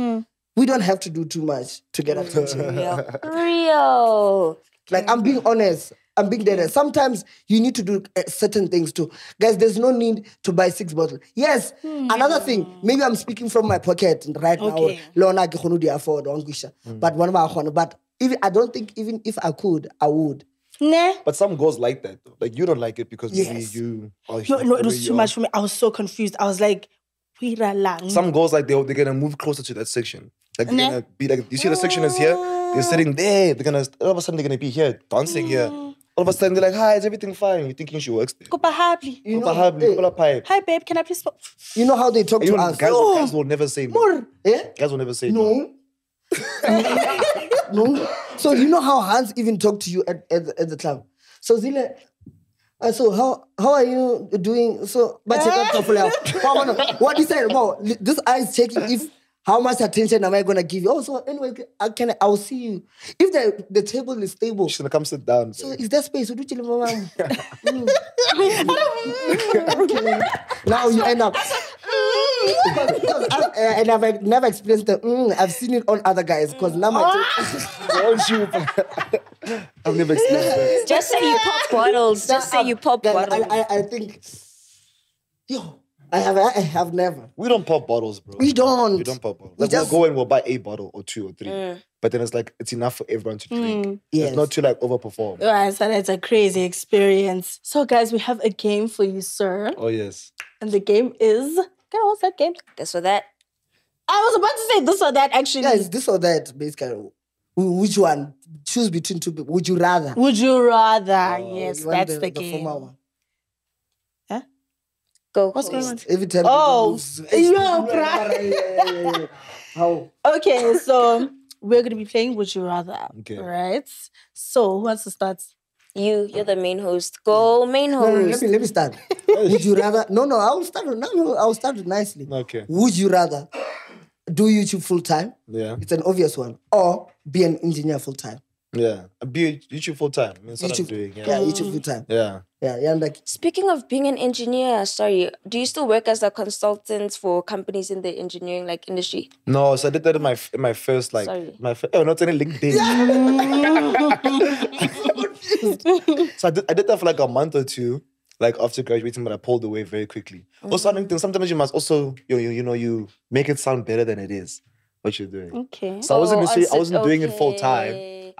Speaker 6: We don't have to do too much to get attention.
Speaker 7: Real.
Speaker 6: Like I'm being honest. I'm being dead. ass. Sometimes you need to do uh, certain things too, guys. There's no need to buy six bottles. Yes. Another thing, maybe I'm speaking from my pocket right
Speaker 4: Okay.
Speaker 6: now. Leona ke kgone ho di afford one question,
Speaker 5: Hmm.
Speaker 6: but one of our But if I don't think even if I could, I would.
Speaker 4: Nah.
Speaker 5: But some girls like that though. Like you don't like it because maybe
Speaker 6: Yes.
Speaker 5: you. are-
Speaker 4: No, no, it
Speaker 5: you
Speaker 4: was too
Speaker 5: are-
Speaker 4: much for me. I was so confused. I was like, Wira lang.
Speaker 5: Some girls like they they're gonna move closer to that section. Like they're
Speaker 4: Ne?
Speaker 5: gonna be like you see the section is here. They're sitting there. They're gonna all of a sudden they're gonna be here dancing here. All of a sudden they're like, "Hi, is everything fine?" You're thinking she works there.
Speaker 4: Kupa happy.
Speaker 6: You know,
Speaker 5: Pull a hub,
Speaker 6: eh,
Speaker 5: pull a pipe.
Speaker 4: Hi babe, can I please smoke?
Speaker 6: you know how they talk
Speaker 5: You
Speaker 6: to
Speaker 5: know,
Speaker 6: us.
Speaker 5: guys,
Speaker 6: No.
Speaker 5: guys will never say no.
Speaker 6: More, eh?
Speaker 5: Guys will never say no.
Speaker 6: No. no. So you know how Hans even talked to you at, at, the- at the club. So Zile, uh, so how how are you doing? So but check out Tofula. Wow, no, no. what he said, wow, li- this eye is checking if how much attention am I gonna give you? Oh, so anyway, I can I'll see you. If the the table is stable,
Speaker 5: She's gonna come sit down.
Speaker 6: so Eh, is there space? Would you chill, mama? Hmm. [laughs] now you end up. Because- because I- and I've like, never experienced the mm, I've seen it on other guys because now my [laughs]
Speaker 5: Don't you? [laughs] I've never experienced that.
Speaker 7: Just say you pop bottles. Just say you pop
Speaker 6: Guys,
Speaker 7: bottles.
Speaker 6: I, I, I think yo I have I have never
Speaker 5: We don't pop bottles, bro.
Speaker 6: we don't
Speaker 5: We don't pop bottles.
Speaker 6: We
Speaker 5: Like, we'll
Speaker 6: just-
Speaker 5: go and we'll buy a bottle or two or three. But then it's like, it's enough for everyone to drink.
Speaker 6: Yes.
Speaker 5: It's not to like overperform.
Speaker 4: Right, so that's a crazy experience. So guys, we have a game for you, sir.
Speaker 5: Oh, yes.
Speaker 4: And the game is Girl, what's that game?
Speaker 7: This or that.
Speaker 4: I was about to say this or that actually.
Speaker 6: yeah it's this or that basically Wh- which one choose between two people would you rather
Speaker 4: Would you rather? yes,
Speaker 6: You want
Speaker 4: that's the, game.
Speaker 6: formal one.
Speaker 7: Go.
Speaker 4: What's going
Speaker 7: Kosi.
Speaker 4: on?
Speaker 6: every time
Speaker 4: Oh,
Speaker 6: [laughs] you
Speaker 4: yo,
Speaker 6: bro how
Speaker 4: Okay, [laughs] so we're gonna be playing Would You Rather.
Speaker 5: Okay.
Speaker 4: Right? So who wants to start?
Speaker 7: You. You're the main host. Go main
Speaker 6: No, no, let
Speaker 7: host.
Speaker 6: me let me start. Would you rather? No, no, I will start. No, no, I will start nicely.
Speaker 5: [laughs] Okay.
Speaker 6: Would you rather do YouTube full time?
Speaker 5: Yeah.
Speaker 6: It's an obvious one, or be an engineer full time?
Speaker 5: Yeah. Be a YouTube full time. That's what I'm
Speaker 6: YouTube,
Speaker 5: doing.
Speaker 6: yeah,
Speaker 5: Yeah.
Speaker 6: YouTube full time.
Speaker 5: Yeah.
Speaker 6: Yeah, yeah, I'm like
Speaker 7: Speaking of being an engineer, sorry, do you still work as a consultant for companies in the engineering like industry?
Speaker 5: No, so I did that in my f- in my first like
Speaker 7: Sorry.
Speaker 5: my first, oh not any LinkedIn. [laughs] so I did, I did that for like a month or two, like after graduating, but I pulled away very quickly. Also on LinkedIn, sometimes you must also you, you you know you make it sound better than it is what you're doing.
Speaker 4: Okay.
Speaker 5: So I wasn't
Speaker 7: Oh,
Speaker 5: necessarily, I
Speaker 7: so-
Speaker 5: wasn't doing it full
Speaker 7: okay.
Speaker 5: time.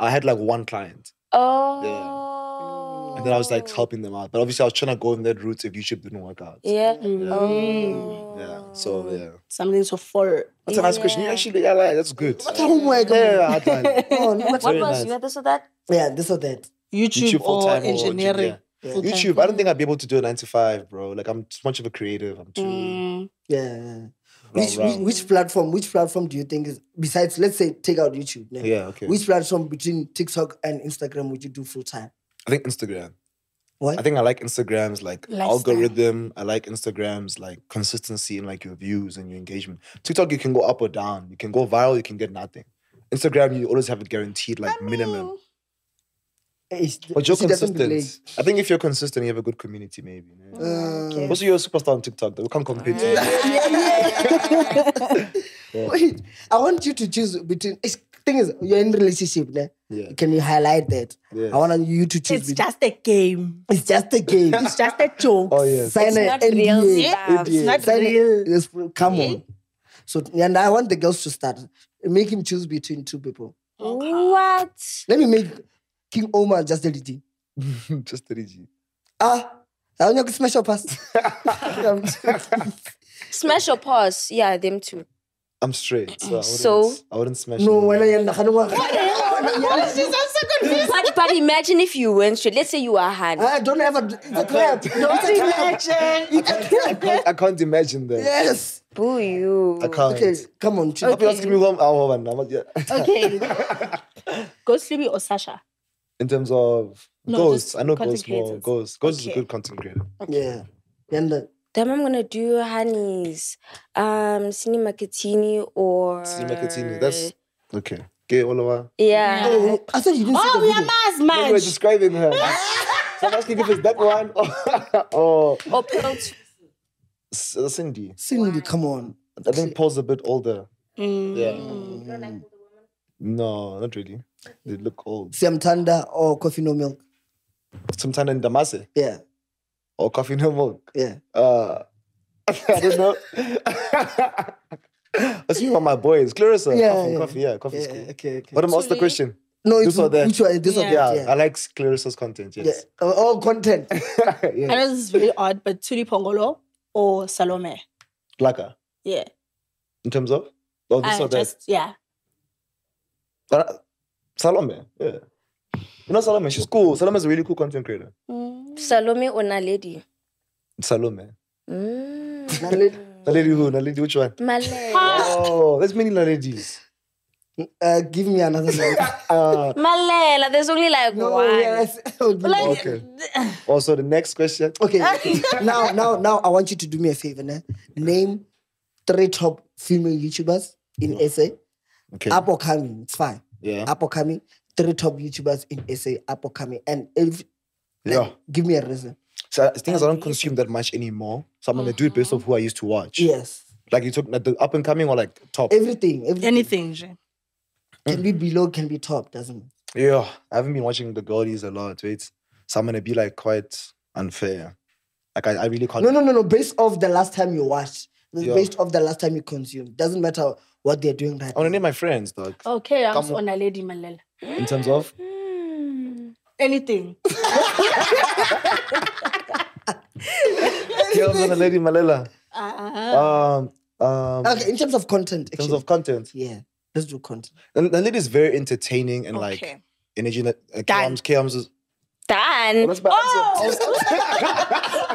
Speaker 5: I had like one client,
Speaker 7: Oh.
Speaker 5: and then I was like helping them out. But obviously, I was trying to go in that route if YouTube didn't work out.
Speaker 7: Yeah.
Speaker 5: Yeah.
Speaker 7: Oh.
Speaker 5: Yeah. So yeah,
Speaker 4: Um, Something to follow.
Speaker 5: that's a nice question. You
Speaker 7: Yeah.
Speaker 5: actually yeah, like, that's good.
Speaker 6: homework.
Speaker 5: Yeah, I done.
Speaker 4: [laughs]
Speaker 6: Oh,
Speaker 5: [laughs]
Speaker 6: no.
Speaker 7: What
Speaker 5: Very
Speaker 7: was
Speaker 5: nice.
Speaker 7: you had this or
Speaker 5: [laughs]
Speaker 7: that?
Speaker 6: yeah, this or that.
Speaker 4: YouTube,
Speaker 5: YouTube
Speaker 4: or
Speaker 5: full-time or
Speaker 4: engineering.
Speaker 5: engineer. YouTube, I don't think I'd be able to do a nine to five, bro. Like I'm too much of a creative. I'm too
Speaker 4: Mm.
Speaker 6: Yeah, yeah.
Speaker 5: Rah,
Speaker 6: Which,
Speaker 5: rah.
Speaker 6: which which platform? Which platform do you think is besides? Let's say take out YouTube. ne?
Speaker 5: Yeah, okay.
Speaker 6: Which platform between TikTok and Instagram would you do full time?
Speaker 5: I think Instagram.
Speaker 6: Why?
Speaker 5: I think I like Instagram's like
Speaker 4: Lifestyle.
Speaker 5: algorithm. I like Instagram's like consistency and like your views and your engagement. TikTok, you can go up or down. You can go viral, you can get nothing. Instagram, you always have a guaranteed like
Speaker 4: Mm.
Speaker 5: minimum.
Speaker 6: Eh, It's-
Speaker 5: But you're
Speaker 6: see, that's what we
Speaker 5: consistent.
Speaker 6: like.
Speaker 5: I think if you're consistent, you have a good community, maybe. you know?
Speaker 6: Uh,
Speaker 4: Okay.
Speaker 5: Also, you're a superstar on TikTok, though. We can't compare to you.
Speaker 6: Wait, I want you to choose between. It's, thing is, you're in relationship, ne?
Speaker 5: Yeah.
Speaker 6: Can you highlight that?
Speaker 5: Yes.
Speaker 6: I want you to choose.
Speaker 4: It's
Speaker 6: between-
Speaker 4: just a game.
Speaker 6: it's just a game.
Speaker 4: It's just a joke.
Speaker 5: Oh, yes.
Speaker 6: Sign an
Speaker 7: Not real
Speaker 6: NDA.
Speaker 7: stuff.
Speaker 4: It's not
Speaker 6: Sign a-
Speaker 4: real.
Speaker 6: yes, come on. So, and I want the girls to start. Make him choose between two people.
Speaker 7: [laughs] What?
Speaker 6: Let me make King Omar just a lady.
Speaker 5: [laughs] Just 3G.
Speaker 6: Ah, I want your special pass. I'm joking.
Speaker 7: Smash or pause? Yeah, them two.
Speaker 5: I'm straight. So I wouldn't,
Speaker 7: So?
Speaker 5: I wouldn't smash
Speaker 6: no,
Speaker 5: anyone.
Speaker 6: when I am I don't want-
Speaker 7: but, but imagine if you went straight. Let's say you are Han.
Speaker 6: I don't ever. It's a trap. It's a trap. It's a trap.
Speaker 5: I can't imagine that.
Speaker 6: Yes.
Speaker 7: Boo you.
Speaker 5: I can't.
Speaker 6: Okay, come on.
Speaker 5: Stop asking me who I'm, I'm, I'm, I'm, yeah.
Speaker 4: Okay. Ghost Libby or Sasha?
Speaker 5: in terms of
Speaker 4: No,
Speaker 5: ghosts.
Speaker 4: just
Speaker 5: I know
Speaker 4: content
Speaker 5: ghosts more.
Speaker 4: creators.
Speaker 5: Ghosts. Ghosts is
Speaker 4: Okay.
Speaker 5: a good content creator.
Speaker 6: Yeah. Then the
Speaker 7: Then I'm gonna do Honey's, um, Cine Macatini or
Speaker 5: See Makatini. That's okay. Okay, Oliver.
Speaker 7: yeah.
Speaker 6: Oh, I thought you didn't see
Speaker 4: Oh,
Speaker 6: the
Speaker 4: we
Speaker 6: video.
Speaker 4: are mass
Speaker 5: No, you were
Speaker 4: man.
Speaker 5: describing
Speaker 4: [laughs]
Speaker 5: her. so I'm asking if it's that one or, [laughs] or
Speaker 7: Or Pearl Two.
Speaker 5: S- uh, Cindy.
Speaker 6: Cindy, come on.
Speaker 5: I think Paul's a bit older.
Speaker 4: Mm.
Speaker 5: Yeah.
Speaker 7: Mm.
Speaker 5: No, not really. They look old.
Speaker 6: Siamtanda or coffee no milk.
Speaker 5: Sometimes in Damase
Speaker 6: Yeah,
Speaker 5: or coffee no milk.
Speaker 6: yeah.
Speaker 5: Uh, [laughs] I don't
Speaker 6: [laughs]
Speaker 5: know. I was thinking about my boys. Clarissa.
Speaker 6: Yeah,
Speaker 5: coffee,
Speaker 6: yeah.
Speaker 5: coffee, yeah, coffee's
Speaker 6: yeah,
Speaker 5: cool.
Speaker 6: Okay, okay.
Speaker 5: But I'm asked the
Speaker 4: Actually-
Speaker 5: question.
Speaker 6: no, it's
Speaker 5: this or that.
Speaker 6: which one? This
Speaker 4: Yeah.
Speaker 6: or
Speaker 5: Yeah,
Speaker 6: that?
Speaker 5: I
Speaker 6: Yeah.
Speaker 5: like Clarissa's content.
Speaker 6: yeah.
Speaker 5: Yes.
Speaker 6: Oh, oh,
Speaker 4: [laughs]
Speaker 6: content.
Speaker 4: I
Speaker 5: [laughs] yeah.
Speaker 4: know this is very odd, but Tuli Pongolo or Salome?
Speaker 5: Blacker.
Speaker 4: Yeah.
Speaker 5: In terms of? Oh, this
Speaker 4: I
Speaker 5: or that.
Speaker 4: Uh, just, yeah.
Speaker 5: But, uh, Salome, yeah. You know Salome, she's cool. Salome's a really cool content creator.
Speaker 7: Salome or Naledi.
Speaker 5: Salome.
Speaker 7: Mm.
Speaker 6: Naledi.
Speaker 5: Naledi who? Naledi which one?
Speaker 7: Malay.
Speaker 5: Oh, there's many Naledis.
Speaker 6: uh, give
Speaker 4: [laughs]
Speaker 6: me another one.
Speaker 5: Uh,
Speaker 7: Malela, there's only like
Speaker 6: no,
Speaker 7: one.
Speaker 6: yes. [laughs] I'll give you-
Speaker 7: Like,
Speaker 5: okay. Also, the next question.
Speaker 4: [laughs]
Speaker 6: okay. okay. now, now, now, I want you to do me a favor. Ne? Name three top female YouTubers in SA.
Speaker 5: Okay.
Speaker 6: Up or coming. It's fine.
Speaker 5: Yeah.
Speaker 6: Up or coming. Three top YouTubers in SA. Up or coming. And if,
Speaker 5: Yeah.
Speaker 6: give me a reason.
Speaker 5: So I think I don't consume that much anymore. So I'm gonna do it based
Speaker 4: Uh-huh.
Speaker 5: off who I used to watch.
Speaker 6: Yes.
Speaker 5: Like you took the up and coming or like top.
Speaker 6: Everything. everything.
Speaker 4: Anything. Jay.
Speaker 6: Can be below, can be top. Doesn't matter.
Speaker 5: Yeah, I haven't been watching the girlies a lot, wait. So I'm gonna be like quite unfair. Like I, I really can't.
Speaker 6: No, no, no, no. Based off the last time you watched,
Speaker 5: Yeah.
Speaker 6: based off the last time you consumed. Doesn't matter what they're doing right
Speaker 5: I wanna
Speaker 6: now.
Speaker 5: name my friends, dog.
Speaker 6: Oh.
Speaker 4: Okay, I'm
Speaker 5: Come
Speaker 4: on a lady, Malela.
Speaker 5: In
Speaker 6: [laughs]
Speaker 5: terms of
Speaker 4: Anything.
Speaker 5: girls and the lady Malela.
Speaker 4: Uh,
Speaker 5: Um, um,
Speaker 6: Uh-huh. Okay, in terms of content,
Speaker 5: in terms
Speaker 6: actually.
Speaker 5: of content,
Speaker 6: yeah, let's do content.
Speaker 5: and the lady is very entertaining and like
Speaker 4: Okay.
Speaker 5: energy. Like, uh,
Speaker 4: Done.
Speaker 5: Kiam's, Kiam's is,
Speaker 6: Oh!
Speaker 7: Dan.
Speaker 5: that's my answer.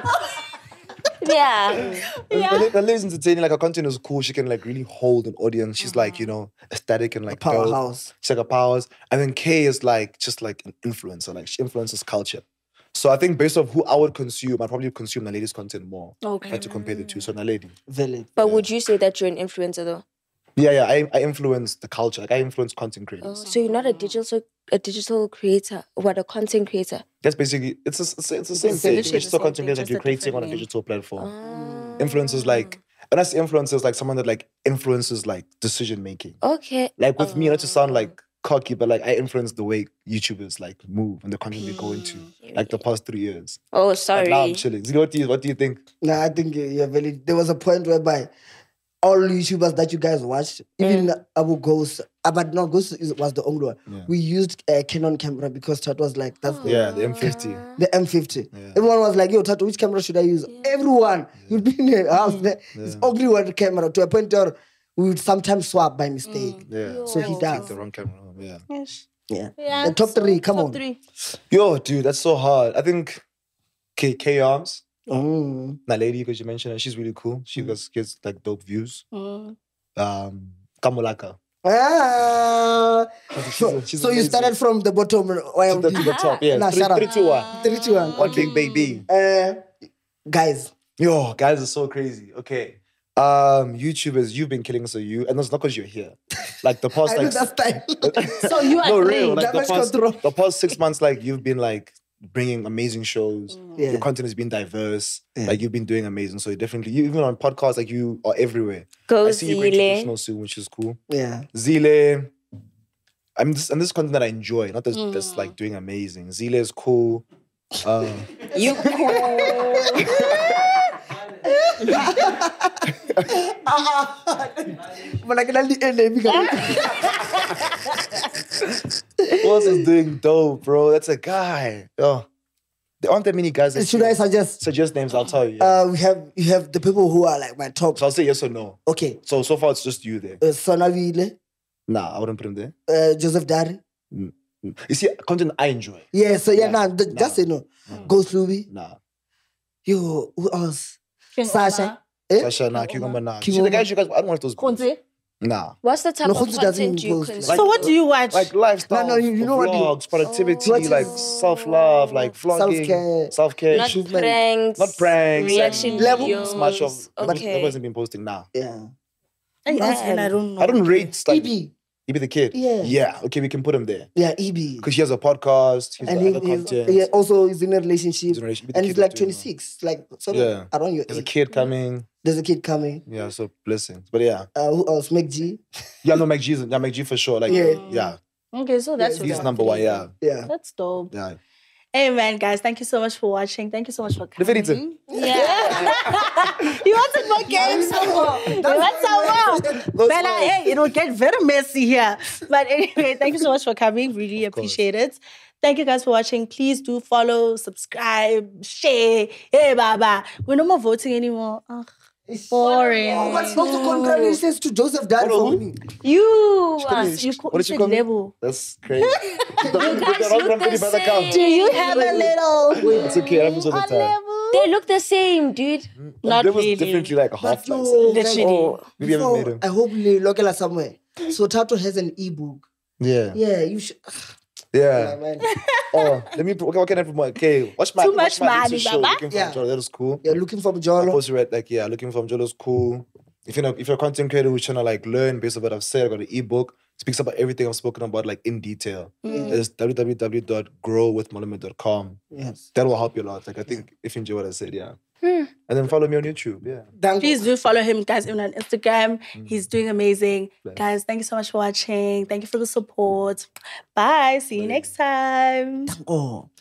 Speaker 7: Yeah.
Speaker 5: The, la- the lady's entertaining. Like her content is cool. She can like really hold an audience. She's
Speaker 4: Mm.
Speaker 5: like you know aesthetic and like dope.
Speaker 6: Powerhouse.
Speaker 5: She's like a powers. And then K is like just like an influencer. Like she influences culture. So I think based on who I would consume, I probably consume the lady's content more.
Speaker 4: Okay. Mm.
Speaker 5: If I had to compare the two. So the lady.
Speaker 6: Valid.
Speaker 7: But would you say that you're an influencer though?
Speaker 5: Yeah, yeah. I, I influence the culture. Like I influence content creators.
Speaker 4: Oh.
Speaker 7: So you're not a digital a digital creator, what a content creator.
Speaker 5: That's basically it's a, it's, a- it's the same
Speaker 4: literally
Speaker 5: thing. It's
Speaker 4: the
Speaker 5: just a
Speaker 4: same
Speaker 5: content
Speaker 4: thing,
Speaker 5: creator that
Speaker 4: just
Speaker 5: you're
Speaker 4: a
Speaker 5: creating
Speaker 4: different
Speaker 5: on a
Speaker 4: name. Oh.
Speaker 5: digital platform.
Speaker 6: Mm.
Speaker 5: Influencers like and that's influencers like someone that like influences like decision making.
Speaker 7: Okay.
Speaker 5: Like with me, not to sound like cocky, but like I influence the way YouTubers like move and the content they go into. Like the past three years.
Speaker 7: Oh,
Speaker 5: Like
Speaker 7: sorry.
Speaker 5: now I'm chilling. You know, what do you what do you think?
Speaker 6: No, I think you- you're valid. There was a point whereby all YouTubers that you guys watched, even Abu Ghost, uh, but no, Ghost is, was the only one.
Speaker 5: Yeah.
Speaker 6: We used a Canon camera because Tat was like, that's the
Speaker 5: Yeah, the M50.
Speaker 6: the M50.
Speaker 5: Yeah.
Speaker 6: Everyone was like, yo, Tato, which camera should I use? Everyone. You'd be in a house. there. It's only one camera to a point where we would sometimes swap by mistake.
Speaker 4: Mm.
Speaker 5: Yeah.
Speaker 6: So he does.
Speaker 5: The wrong camera. oh, Yeah.
Speaker 6: Yeah.
Speaker 4: yeah.
Speaker 6: The top three, come
Speaker 4: top
Speaker 6: on.
Speaker 4: three.
Speaker 5: Yo, dude, that's so hard. I think K K Arms,
Speaker 6: Mm.
Speaker 5: that lady because you mentioned her, she's really cool. She gets gets like dope views.
Speaker 4: Mm.
Speaker 5: Um Kamulaka.
Speaker 6: Ah.
Speaker 5: She's-
Speaker 6: So,
Speaker 5: she's
Speaker 6: so you
Speaker 5: amazing.
Speaker 6: started from the bottom. uh,
Speaker 5: to the,
Speaker 6: YMD.
Speaker 5: to the top.
Speaker 6: [laughs]
Speaker 5: Yeah,
Speaker 6: Nah,
Speaker 5: three,
Speaker 6: shut up.
Speaker 5: three, two, one.
Speaker 6: Three, two, one.
Speaker 5: One big baby.
Speaker 6: Uh, guys,
Speaker 5: Yo, guys are so crazy. Okay. Um, YouTubers, you've been killing us, so you, and that's not because you're here. Like the past,
Speaker 6: I know
Speaker 5: like,
Speaker 6: that's time.
Speaker 4: So you are
Speaker 5: no,
Speaker 4: three.
Speaker 5: real. Like the
Speaker 6: Damage
Speaker 5: past,
Speaker 6: control.
Speaker 5: the past six months, like you've been like bringing amazing shows.
Speaker 6: yeah.
Speaker 5: Your content has been diverse.
Speaker 6: Yeah.
Speaker 5: Like you've been doing amazing. So you definitely, you even on podcasts, like you are everywhere.
Speaker 7: Go
Speaker 5: I see you going
Speaker 7: Zile.
Speaker 5: international soon, which is cool.
Speaker 6: [laughs] yeah.
Speaker 5: Zile. I'm just, and this is content that I enjoy, not that's, that's like doing amazing. Zile is cool. Um,
Speaker 7: You
Speaker 6: But I can only end
Speaker 5: eh,
Speaker 6: it because-
Speaker 5: Who
Speaker 6: [laughs]
Speaker 5: else is doing dope, bro? That's a guy. Oh, there aren't that many guys. That
Speaker 6: Should I suggest?
Speaker 5: suggest names? I'll tell you. yeah.
Speaker 6: Uh, we have you have the people who are like my top.
Speaker 5: so I'll say yes or no.
Speaker 6: Okay.
Speaker 5: So so far it's just you there.
Speaker 6: Uh, Sonavile,
Speaker 5: Nah, I wouldn't put him there.
Speaker 6: uh, Joseph Dari.
Speaker 5: You see, content I enjoy.
Speaker 6: Yeah, so yeah, nah, th-
Speaker 5: nah. Hmm.
Speaker 6: just you know, Ghost Ruby,
Speaker 5: Nah,
Speaker 6: you who else?
Speaker 4: King
Speaker 6: Sasha,
Speaker 4: Omar.
Speaker 6: uh,
Speaker 5: Sasha, nah, cucumber, nah. She's the guy, she goes, I don't want those.
Speaker 6: Conte?
Speaker 5: Nah.
Speaker 7: What's the type
Speaker 6: No,
Speaker 7: of
Speaker 6: Khotsi doesn't
Speaker 7: content you
Speaker 6: impose,
Speaker 7: consume?
Speaker 5: like-
Speaker 4: so what do you watch?
Speaker 5: Like lifestyle,
Speaker 6: No, no, you- you know what you-
Speaker 5: vlogs, productivity,
Speaker 6: What is-
Speaker 5: like self love, like vlogging,
Speaker 6: Self-care.
Speaker 5: self care,
Speaker 7: not pranks,
Speaker 5: not pranks,
Speaker 7: reaction
Speaker 6: level-
Speaker 7: videos.
Speaker 5: much of.
Speaker 7: okay.
Speaker 5: Nobody's been posting now.
Speaker 6: Yeah.
Speaker 4: I ask and I
Speaker 6: Man.
Speaker 4: don't know.
Speaker 5: I don't rate like
Speaker 6: EB.
Speaker 5: you be the kid.
Speaker 6: Yeah.
Speaker 5: Yeah. Okay, we can put him there
Speaker 6: Yeah, EB.
Speaker 5: because he has a podcast. He's
Speaker 6: And
Speaker 5: got
Speaker 6: he,
Speaker 5: other
Speaker 6: he's-
Speaker 5: content.
Speaker 6: yeah, also he's in a relationship.
Speaker 5: He's in a relationship with
Speaker 6: and
Speaker 5: the
Speaker 6: he's
Speaker 5: kid
Speaker 6: like
Speaker 5: that's doing
Speaker 6: 26, like sort
Speaker 5: Yeah.
Speaker 6: of around your
Speaker 5: There's a
Speaker 6: age.
Speaker 5: kid coming.
Speaker 6: There's a kid coming.
Speaker 5: Yeah. So blessings. But yeah,
Speaker 6: Uh, who else? Meg G.
Speaker 5: yeah. No, McG's. Yeah, McG for sure. Like yeah,
Speaker 6: Yeah.
Speaker 4: Okay, so that's
Speaker 5: He's
Speaker 4: what-
Speaker 5: number one. Yeah.
Speaker 6: Yeah.
Speaker 4: That's dope.
Speaker 5: Yeah.
Speaker 4: Hey man, guys, thank you so much for watching. Thank you so much for
Speaker 5: David,
Speaker 4: coming. [laughs] You wanted more
Speaker 5: [laughs]
Speaker 4: games, Songo. You want some more. Bella, uh, hey, it'll get very messy here. But anyway, thank you so much for
Speaker 5: [laughs]
Speaker 4: coming. Really appreciate it. Thank you guys for watching. Please do follow, subscribe, share. Hey, Baba. We're no more voting anymore. Ugh, boring.
Speaker 6: Oh, but not to contrary it says to Joseph died
Speaker 5: Hello,
Speaker 6: for
Speaker 5: who?
Speaker 6: me.
Speaker 4: You, uh,
Speaker 5: What
Speaker 4: you, co-
Speaker 5: did
Speaker 4: you
Speaker 5: she
Speaker 4: said
Speaker 5: call me?
Speaker 4: level.
Speaker 5: That's
Speaker 4: [laughs]
Speaker 5: crazy. The- the wrong
Speaker 7: look
Speaker 5: company
Speaker 7: the
Speaker 5: by the count.
Speaker 4: Do
Speaker 7: same.
Speaker 4: you have a little
Speaker 5: It's okay. It happens all the
Speaker 4: a
Speaker 5: time.
Speaker 4: level?
Speaker 7: They look the same, dude.
Speaker 4: Not
Speaker 5: there was
Speaker 4: really.
Speaker 5: definitely like a half.
Speaker 6: But
Speaker 5: like,
Speaker 6: yo,
Speaker 4: Literally.
Speaker 6: oh,
Speaker 5: Maybe I haven't
Speaker 6: so
Speaker 5: made him.
Speaker 6: I hope you local are somewhere. So Tato has an ebook.
Speaker 5: Yeah.
Speaker 6: Yeah, you should.
Speaker 5: Yeah.
Speaker 6: [laughs] man.
Speaker 5: Oh, let me. What can I promote? Okay, watch my
Speaker 4: Too much
Speaker 5: watch my
Speaker 4: money,
Speaker 5: little show.
Speaker 4: Baba.
Speaker 5: Looking
Speaker 6: Yeah.
Speaker 5: from Jolo, that was cool.
Speaker 6: You're looking for
Speaker 5: I
Speaker 6: Jolo.
Speaker 5: also read like yeah, looking from Jolo's cool. If you're not, if you're a content creator who's trying to like learn based on what I've said, I got an ebook speaks about everything I've spoken about like in detail. It's www.growwithmonument.com.
Speaker 6: Yes.
Speaker 5: That will help you a lot. Like I think if you enjoy what I said, yeah. And then follow me on YouTube. Yeah.
Speaker 6: Dango.
Speaker 4: Please do follow him, guys, even on Instagram. He's doing amazing. Guys, thank you so much for watching. Thank you for the support. Bye. See you next time.
Speaker 6: Oh.